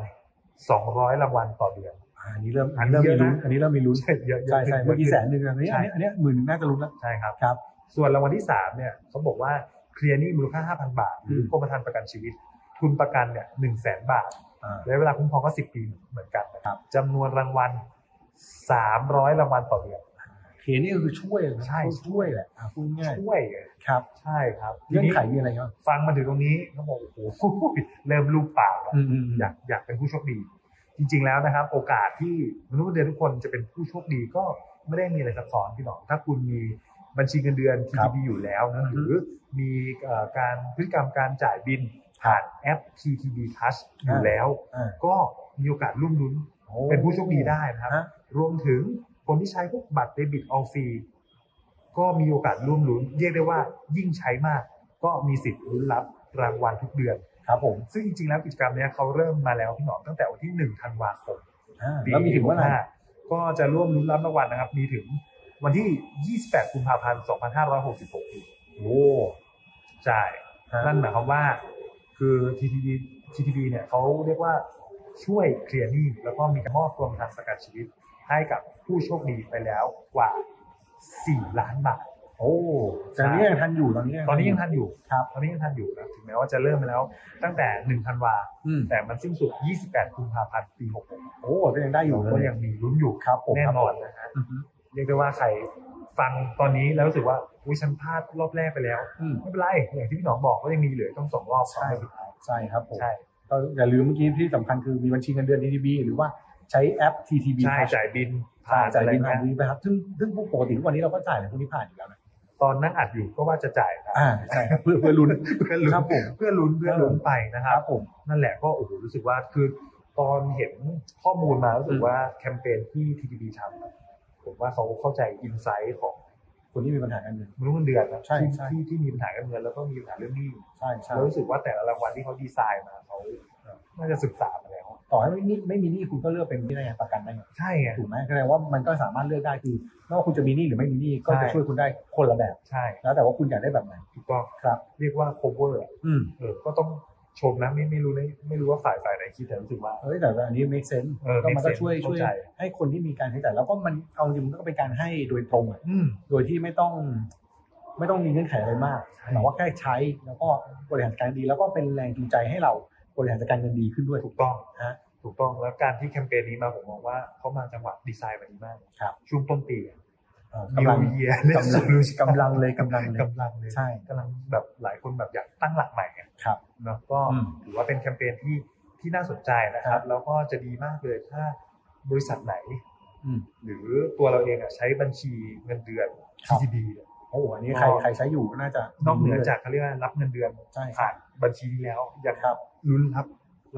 Speaker 3: สองร้อยรางวัลต่อเดือน
Speaker 2: อ่าอันนี้เริ่ม
Speaker 3: อั
Speaker 2: อัน
Speaker 3: นนี้
Speaker 2: นี้เริ่มมีลุ้นอันนี้เริ่มมี
Speaker 3: เยอะนะ
Speaker 2: ลุ้น
Speaker 3: ใช่เยอะ
Speaker 2: ใช่ใช่
Speaker 3: ยะขึ้น
Speaker 2: เมื่อกี้
Speaker 3: ยะ
Speaker 2: แส
Speaker 3: ขึ้
Speaker 2: นหนึ่งอันนี้
Speaker 3: ใช่
Speaker 2: อันนี้อันนี้หมื่นน่าจะลุ้นแล้ว
Speaker 3: ใช่ครับ
Speaker 2: ครับ
Speaker 3: ส่วนรางวัลที่สามเนี่ยเขาบอกว่าเคลียร์หนี้มูลค่าห้าพันบาท หรือ
Speaker 2: ม
Speaker 3: กรมธรรม์ประกันชีวิต ทุนประกันเนี่ยหนึ่งแสนบาท
Speaker 2: อ่า
Speaker 3: ระยะเวลาคุ้มครองก็สิบปีเหมือนกันนะครับ จำนวนรางวัลสามร้อยรางวัลต่อเดือน
Speaker 2: เคนี่ก็คือช่วยนะ
Speaker 3: ใช่
Speaker 2: ช่วยแหละอ่าพูดง่าย
Speaker 3: ช่วย
Speaker 2: ครับ
Speaker 3: ใช่ครับ
Speaker 2: เงื่อนไข
Speaker 3: ที
Speaker 2: มีอะไรบ้าง
Speaker 3: ฟังมาถึงตรงนี้เขาบอกโอ้โห เริ่มลูกปากแล้ว
Speaker 2: อืมอืมอืม
Speaker 3: อยากอยากเป็นผู้โชคดี จริง ๆ แล้วนะครับ โอกาสที่มนุษย์เงินเดือนทุกคนจะเป็นผู้โชคดีก็ไม่ได้มีอะไรซับซ้อนพี่หนองถ้าคุณมีบัญชีเงินเดือน TTB อยู่แล้วนะหรือมีเอ่อการพฤติกรรมการจ่ายบินผ่านแอป TTB Touch อยู่แล้ว
Speaker 2: อ่า
Speaker 3: ก็มีโอกาสร่วมลุ้น
Speaker 2: โอ้
Speaker 3: เป็นผู้โชคดีได้นะครับ
Speaker 2: ฮะ
Speaker 3: รวมถึงคนที่ใช้พวกบัตรเดบิตออฟฟรีก็มีโอกาสร่วมลุ้นเรียกได้ว่ายิ่งใช้มาก ก็มีสิทธิ์ลุ้นรับรางวัลทุกเดือน
Speaker 2: ครับผม
Speaker 3: ซึ่งจริงๆแล้วกิจกรรมเนี้ยเขาเริ่มมาแล้วพี่หนอมตั้งแต่วันที่1ธันวาคม
Speaker 2: อ่า
Speaker 3: ปี
Speaker 2: แล้วมีถึงเมื่อไหร่
Speaker 3: 65ก็จะร่วมลุ้นรับรางวัลนะครับ มีถึงวันที่ 28 กุมภาพันธ์ 2566อยู่
Speaker 2: โอ้
Speaker 3: ใช่
Speaker 2: ฮะ
Speaker 3: นั่นหมายความว่า คือ TTB TTB เนี่ยเขาเรียกว่าช่วยเคลียร์หนี้แล้วก็มีการมอบรวมทางประกันชีวิต ให้กับผู้โชคดีไปแล้วกว่า 4 ล้านบาท
Speaker 2: โอ้แต่นี่ยังทันอยู่ตอนนี้
Speaker 3: ตอนนี้ยังทันอยู่
Speaker 2: ครับ
Speaker 3: ตอนนี้ยังทันอยู่นะถึงแม้ว่าจะเริ่มมาแล้วตั้งแต่1ธันวา
Speaker 2: อืม
Speaker 3: แต่มันสิ้นสุด 28 กุมภาพันธ์ ปี 66
Speaker 2: โอ้ก็ยังได้อยู่นะ
Speaker 3: ก็
Speaker 2: เนี่
Speaker 3: ยังมีลุ้นอยู่
Speaker 2: ครับผม
Speaker 3: แน่
Speaker 2: ครับ
Speaker 3: น
Speaker 2: ผ
Speaker 3: อน
Speaker 2: ม
Speaker 3: นะฮะ
Speaker 2: อือฮึ
Speaker 3: เรียกได้ว่าใครฟังตอนนี้แล้วรู้สึกว่า อุ้ยฉันพลาดรอบแรกไปแล้ว
Speaker 2: อืม
Speaker 3: ไม่เป็นไร อย่างที่พี่หนองบอกก็ยังมีเหลือต้องสองรอบ
Speaker 2: ใช่ ใช่ครับผม
Speaker 3: ใช่
Speaker 2: ก็อย่าลืมเมื่อกี้ที่สำคัญคือมีบัญชีเงินเดือน TTB หรือว่าใช้แอป TTB
Speaker 3: ใช่จ่ายบิน
Speaker 2: ผ่านจ่ายบิน
Speaker 3: อะไร
Speaker 2: ผ่าน
Speaker 3: นะ
Speaker 2: นี้ไปครับซึ่งซึ่งปกติทุกวันนี้เราก็จ่ายอะไรพวกนี้ผ่านอยู่แล้วนะ
Speaker 3: ตอนนั่งอัดอยู่ก็ว่าจะจ่ายนะ
Speaker 2: อ่าใช่ครับเพื่อเพื่อลุ้น
Speaker 3: เพื่อลุ้น
Speaker 2: ครับผม
Speaker 3: เพื่อลุ้นเพื่อลุ้นไปนะค
Speaker 2: ครับ รับผม
Speaker 3: นั่นแหละก็โอ้โหรู้สึกว่าคือตอนเห็นข้อมูลมารู้สึกว่าแคมเปญที่ TTB ทำอะผมว่าเขาเข้าใจอินไซต์ของ
Speaker 2: คนที่มีปัญหาการเงิน
Speaker 3: มนุษย์เงินเดือนนะ
Speaker 2: ใช่
Speaker 3: ที่
Speaker 2: ใช่
Speaker 3: ที่ที่มีปัญหาการเงินแล้วก็มีปัญหาเรื่องหนี้
Speaker 2: ใช่ใช่
Speaker 3: แล้วรู้สึกว่าแต่ละรางวัลที่เขาดีไซน์มาเขาน่าจะศึกษามาแล้ว
Speaker 2: ต่อให้ไม่มีไม่มีหนี้คุณก็เลือกเป็นที่ได้ไงประกันได้ไง
Speaker 3: ใช่ไง
Speaker 2: ถูกไหมแสดงว่ามันก็สามารถเลือกได้คือไม่ว่าคุณจะมีหนี้หรือไม่มีหนี้ก็จะ
Speaker 3: ใช่
Speaker 2: ช่วยคุณได้คนละแบบ
Speaker 3: ใช่
Speaker 2: แล้วแต่ว่าคุณอยากได้แบบไหน
Speaker 3: ถูกต้อง
Speaker 2: ครับ
Speaker 3: เรียกว่า cover อะ
Speaker 2: อืม
Speaker 3: เออก็ต้องชมนะไม่ไม่รู้นะไม่รู้ว่าฝ่ายฝ่ายไหนคิดแต่รู้สึกว่า
Speaker 2: เอ้ยแต่ว่าอันนี้ make sense
Speaker 3: เออ
Speaker 2: ก็มันก็
Speaker 3: make sense
Speaker 2: ช่วยช่วย
Speaker 3: เข้าใจ
Speaker 2: ให้คนที่มีการใช้จ่ายแล้วก็มันเอาจริงมันก็เป็นการให้โดยตรงอะ
Speaker 3: อืม
Speaker 2: โดยที่ไม่ต้องไม่ต้องมีเงื่อนไขอะไรมาก
Speaker 3: ใช่
Speaker 2: แต่ว่าแค่ใช้แล้วก็บริหารจัดการดี แล้วก็เป็นแรงจูงใจให้เราบริหารจัดการเงินดีขึ้นด้วย
Speaker 3: ถูกต้อง
Speaker 2: ฮะ
Speaker 3: ถูกต้องแล้วการที่แคมเปญนี้มาผมมองว่าเขามาจังหวะดีไซน์มาดีมาก
Speaker 2: ครับ
Speaker 3: ช่วงต้นปีอะ
Speaker 2: เอ่อก
Speaker 3: ำ
Speaker 2: กำ
Speaker 3: ลั
Speaker 2: ลั
Speaker 3: ง
Speaker 2: ง
Speaker 3: เยีย
Speaker 2: กำลังกำลังเลยกำลังเลย
Speaker 3: กำลังเลย
Speaker 2: ใช่
Speaker 3: กำลังแบบหลายคนแบบอยากตั้งหลักใหม่ไง
Speaker 2: ครับ
Speaker 3: เนาะก็
Speaker 2: อืม
Speaker 3: ถือว่าเป็นแคมเปญที่ที่น่าสนใจนะ
Speaker 2: ค
Speaker 3: ค
Speaker 2: รั
Speaker 3: รับ
Speaker 2: บ
Speaker 3: แล้วก็จะดีมากเลยถ้าบริษัทไหน
Speaker 2: อืม
Speaker 3: หรือตัวเราเองอะใช้บัญชีเงินเดือน TCB เนี่ย
Speaker 2: โอ้โหอันนี้ใครใครใช้อยู่น่าจะ
Speaker 3: นอกเหนือจากเขาเรียกว่ารับเงินเดือน
Speaker 2: ใช่ครั
Speaker 3: ผ่า
Speaker 2: บ
Speaker 3: นบัญชีนี้แล้วอยาก
Speaker 2: ครับ
Speaker 3: ลุ้นรับ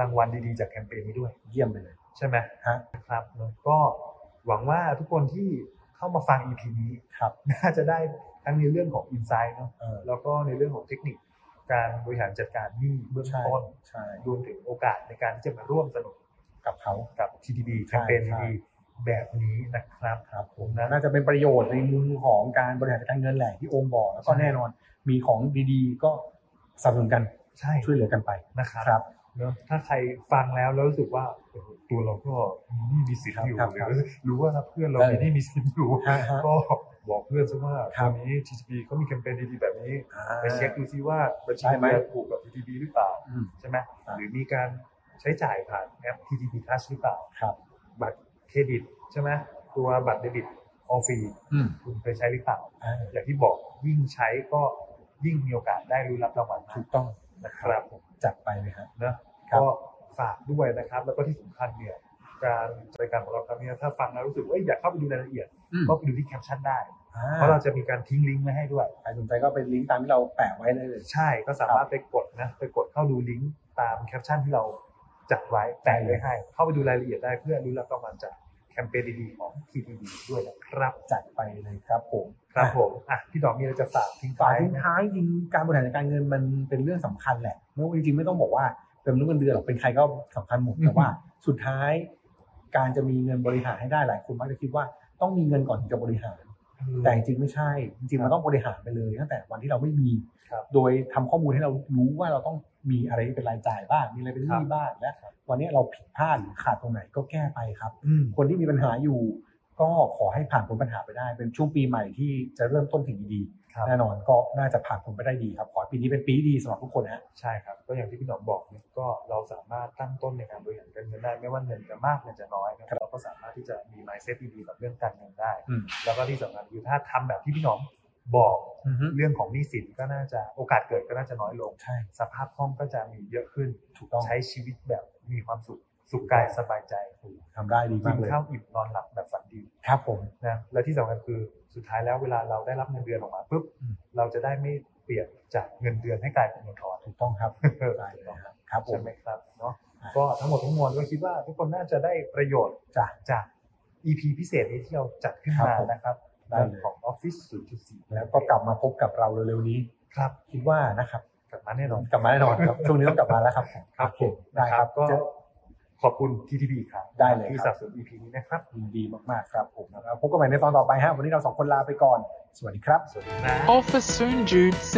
Speaker 3: รางวัลดีๆจากแคมเปญนี้ด้วย
Speaker 2: เยี่ยมไปเลย
Speaker 3: ใช่ไหม
Speaker 2: ฮะ
Speaker 3: ครับแล้วก็หวังว่าทุกคนที่เข้ามาฟัง EP นี้
Speaker 2: ครับ
Speaker 3: น่าจะได้ทั้งในเรื่องของอินไซต์เนาะ
Speaker 2: เออ
Speaker 3: แล้วก็ในเรื่องของเทคนิคการบริหารจัดการหนี้เบื้อง
Speaker 2: ใช่
Speaker 3: ต้น
Speaker 2: ใช่
Speaker 3: รวมถึงโอกาสในการที่จะมาร่วมสนุก
Speaker 2: กับเขา
Speaker 3: กับ TDB แคมเปญ
Speaker 2: ใช่
Speaker 3: ดีๆแบบนี้นะครับ
Speaker 2: ครับผม
Speaker 3: นะ
Speaker 2: น่าจะเป็นประโยชน์ในมุมของการบริหารจัดการเงินแหละที่โอมบอกแล้วก็
Speaker 3: ใช่
Speaker 2: แน่นอนมีของดีๆ ก็สนับสนุนกัน
Speaker 3: ใช่
Speaker 2: ช่วยเหลือกันไป
Speaker 3: นะครับ
Speaker 2: ครับ
Speaker 3: เนอะถ้าใครฟังแล้วแล้วรู้สึกว่าโอ้โหตัวเราก็มีหนี้มีสินอยู่
Speaker 2: ครับ
Speaker 3: ห
Speaker 2: ครับ
Speaker 3: รือรู้ว่าเพื่อนเรา
Speaker 2: ได้
Speaker 3: มีหนี้มีสินอยู่
Speaker 2: ฮะฮะ
Speaker 3: ก็บอกเพื่อนซะว่า
Speaker 2: ครั
Speaker 3: ตอบ นนี้ TTB เขามีแคมเปญดีๆแบบนี้
Speaker 2: อ่า
Speaker 3: ไปเช็คดูซิว่าบัญชี
Speaker 2: ได้ไหม
Speaker 3: เงินผูกกับ TTB หรือเปล่า
Speaker 2: อืม
Speaker 3: ใช่ไหม
Speaker 2: ครับ
Speaker 3: หรือมีการใช้จ่ายผ่านแอป TTB Touch หรือเปล่า
Speaker 2: ครับ
Speaker 3: บัตรเครดิตใช่ไหมตัวบัตรเดบิตออฟฟรี
Speaker 2: อืม
Speaker 3: คุณเคยใช้หรือเปล่า
Speaker 2: อ่า
Speaker 3: อย่างที่บอกยิ่งใช้ก็ยิ่งมีโอกาสได้รู้รับรางวัลมา
Speaker 2: ถู
Speaker 3: ก
Speaker 2: กต้อง
Speaker 3: นะครับผม
Speaker 2: จัดไปเลยครับ
Speaker 3: นะครับ ก็ฝากด้วยนะครับ แล้วก็ที่สำคัญเนี่ยการรายการของเราครั้งนี้ถ้าฟังแล้วรู้สึกว่าเอ้ยอยากเข้าไปดูรายละเอียด
Speaker 2: อืม
Speaker 3: ก็ไปดูที่แคปชั่นได้
Speaker 2: อ่า
Speaker 3: เพราะเราจะมีการทิ้งลิงก์ไว้ให้ด้วย
Speaker 2: ใครสนใจก็เป็นลิงก์ตามที่เราแปะไว้ได้เลย
Speaker 3: ใช่ก็สามารถไปกดนะไปกดเข้าดูลิงก์ตามแคปชั่นที่เราจัดไว้แต่งไว้ให้ เข้าไปดูรายละเอียดได้เพื่อรู้รับรางวัลจากแคมเปญดีๆของ TTB ด้วยนะครับ
Speaker 2: จัดไปเลยครับผม
Speaker 3: ครับผมอ่ะพี่ดอกมีอะไรจะฝากทิ้ง
Speaker 2: ฝ่า
Speaker 3: ท้าย ย
Speaker 2: ทิ้ง
Speaker 3: ไหม
Speaker 2: ท้ายจริงการบริหารจัดการเงินมันเป็นเรื่องสำคัญแหละไม่ว่าจริงๆไม่ต้องบอกว่าเป็นเรื่องเงินเดือนหรอกเป็นใครก็สำคัญหมด
Speaker 3: อืม
Speaker 2: แต่ว่า สุดท้าย การจะมีเงินบริหารให้ได้หลายคนมักจะคิดว่าต้องมีเงินก่อนถึงจะบริหาร แต่จริงๆไม่ใช่ จริงๆมันต้องบริหารไปเลยตั้งแต่วันที่เราไม่มี
Speaker 3: ครับ
Speaker 2: โดยทำข้อมูลให้เรารู้ว่าเราต้องมีอะไรเป็นรายจ่ายบ้างมีอะไรเป็นห
Speaker 3: ครั
Speaker 2: นี้
Speaker 3: บ
Speaker 2: บ้างและวันนี้เราผิดพลาดหรือขาดตรงไหนก็แก้ไปครับ
Speaker 3: อืม
Speaker 2: คนที่มีปัญหาอยู่ ก็ขอให้ผ่านพ้นปัญหาไปได้ เป็นช่วงปีใหม่ที่จะเริ่มต้นถึงดี
Speaker 3: ครับ
Speaker 2: ๆแน่นอนก็น่าจะผ่านพ้นไปได้ดีครับ ขอให้ปีนี้เป็นปีที่ดีสำหรับทุกคนฮะ
Speaker 3: ใช่ครับก็อย่างที่พี่หนอมบอกเนี่ยก็เราสามารถตั้งต้นในการบริหารการเงินได้ไม่ว่าเงินจะมากเงินจะน้อยนะครับเราก็สามารถที่จะมี mindset ดีๆกับเรื่องการเงินได้
Speaker 2: อืม
Speaker 3: แล้วก็ที่สำคัญคือถ้าทำแบบที่พี่หนอมบอกเรื่องของหนี้สินก็น่าจะโอกาสเกิดก็น่าจะน้อยลง
Speaker 2: ใช่
Speaker 3: สภาพคล่องก็จะมีเยอะขึ้น
Speaker 2: ถูกต้อง
Speaker 3: ใช้ชีวิตแบบมีความสุข สุขกายสบายใจ
Speaker 2: ทำได้ดี
Speaker 3: กิ
Speaker 2: มาก
Speaker 3: น
Speaker 2: เลย
Speaker 3: ข้าวอิ่มนอนหลับแบบฝันดี
Speaker 2: ครับผม
Speaker 3: นะและที่สำคัญคือสุดท้ายแล้วเวลาเราได้รับเงินเดือนออกมาปุ๊บ
Speaker 2: อืม
Speaker 3: เราจะได้ไม่เปลี่ยนจากเงินเดือนให้กลายเป็นเงินทอน
Speaker 2: ถูกต้องครับ
Speaker 3: เออ
Speaker 2: ได้เลยครับครับผ
Speaker 3: ใช่
Speaker 2: ม
Speaker 3: ไหมครับเนาะ
Speaker 2: อ่ะ
Speaker 3: ก็ทั้งหมดทั้งมวลก็คิดว่าทุกคนน่าจะได้ประโยชน์
Speaker 2: จ้ะ
Speaker 3: จาก EP พิเศษนี้ที่เราจัดขึ้น
Speaker 2: ครับ
Speaker 3: มา
Speaker 2: ผม
Speaker 3: นะครับ
Speaker 2: ได้
Speaker 3: เรื่อง
Speaker 2: เลย
Speaker 3: ของ Office 0.4
Speaker 2: แล้วก็กลับมาพบกับเราเร็วๆนี้
Speaker 3: ครับ
Speaker 2: คิดว่านะครับ
Speaker 3: กลับมาแน่นอน
Speaker 2: กลับมาแน่นอนครับ ช่วงนี้ต้องกลับมาแล้วครับ
Speaker 3: ครับผม
Speaker 2: ได้ครับ
Speaker 3: ก็
Speaker 2: เจอ
Speaker 3: ขอบคุณ TTB ครับ
Speaker 2: ได้เลย
Speaker 3: ที่
Speaker 2: ครับ
Speaker 3: สนับสนุน EP นี้นะครับ
Speaker 2: ยินดีมากๆครับผมแล้วพบกันใหม่ในตอนต่อไปฮะวันนี้เราสองคนลาไปก่อน สวัสดีครับ
Speaker 3: สวัสดีครับ
Speaker 1: Office Soon Jude C.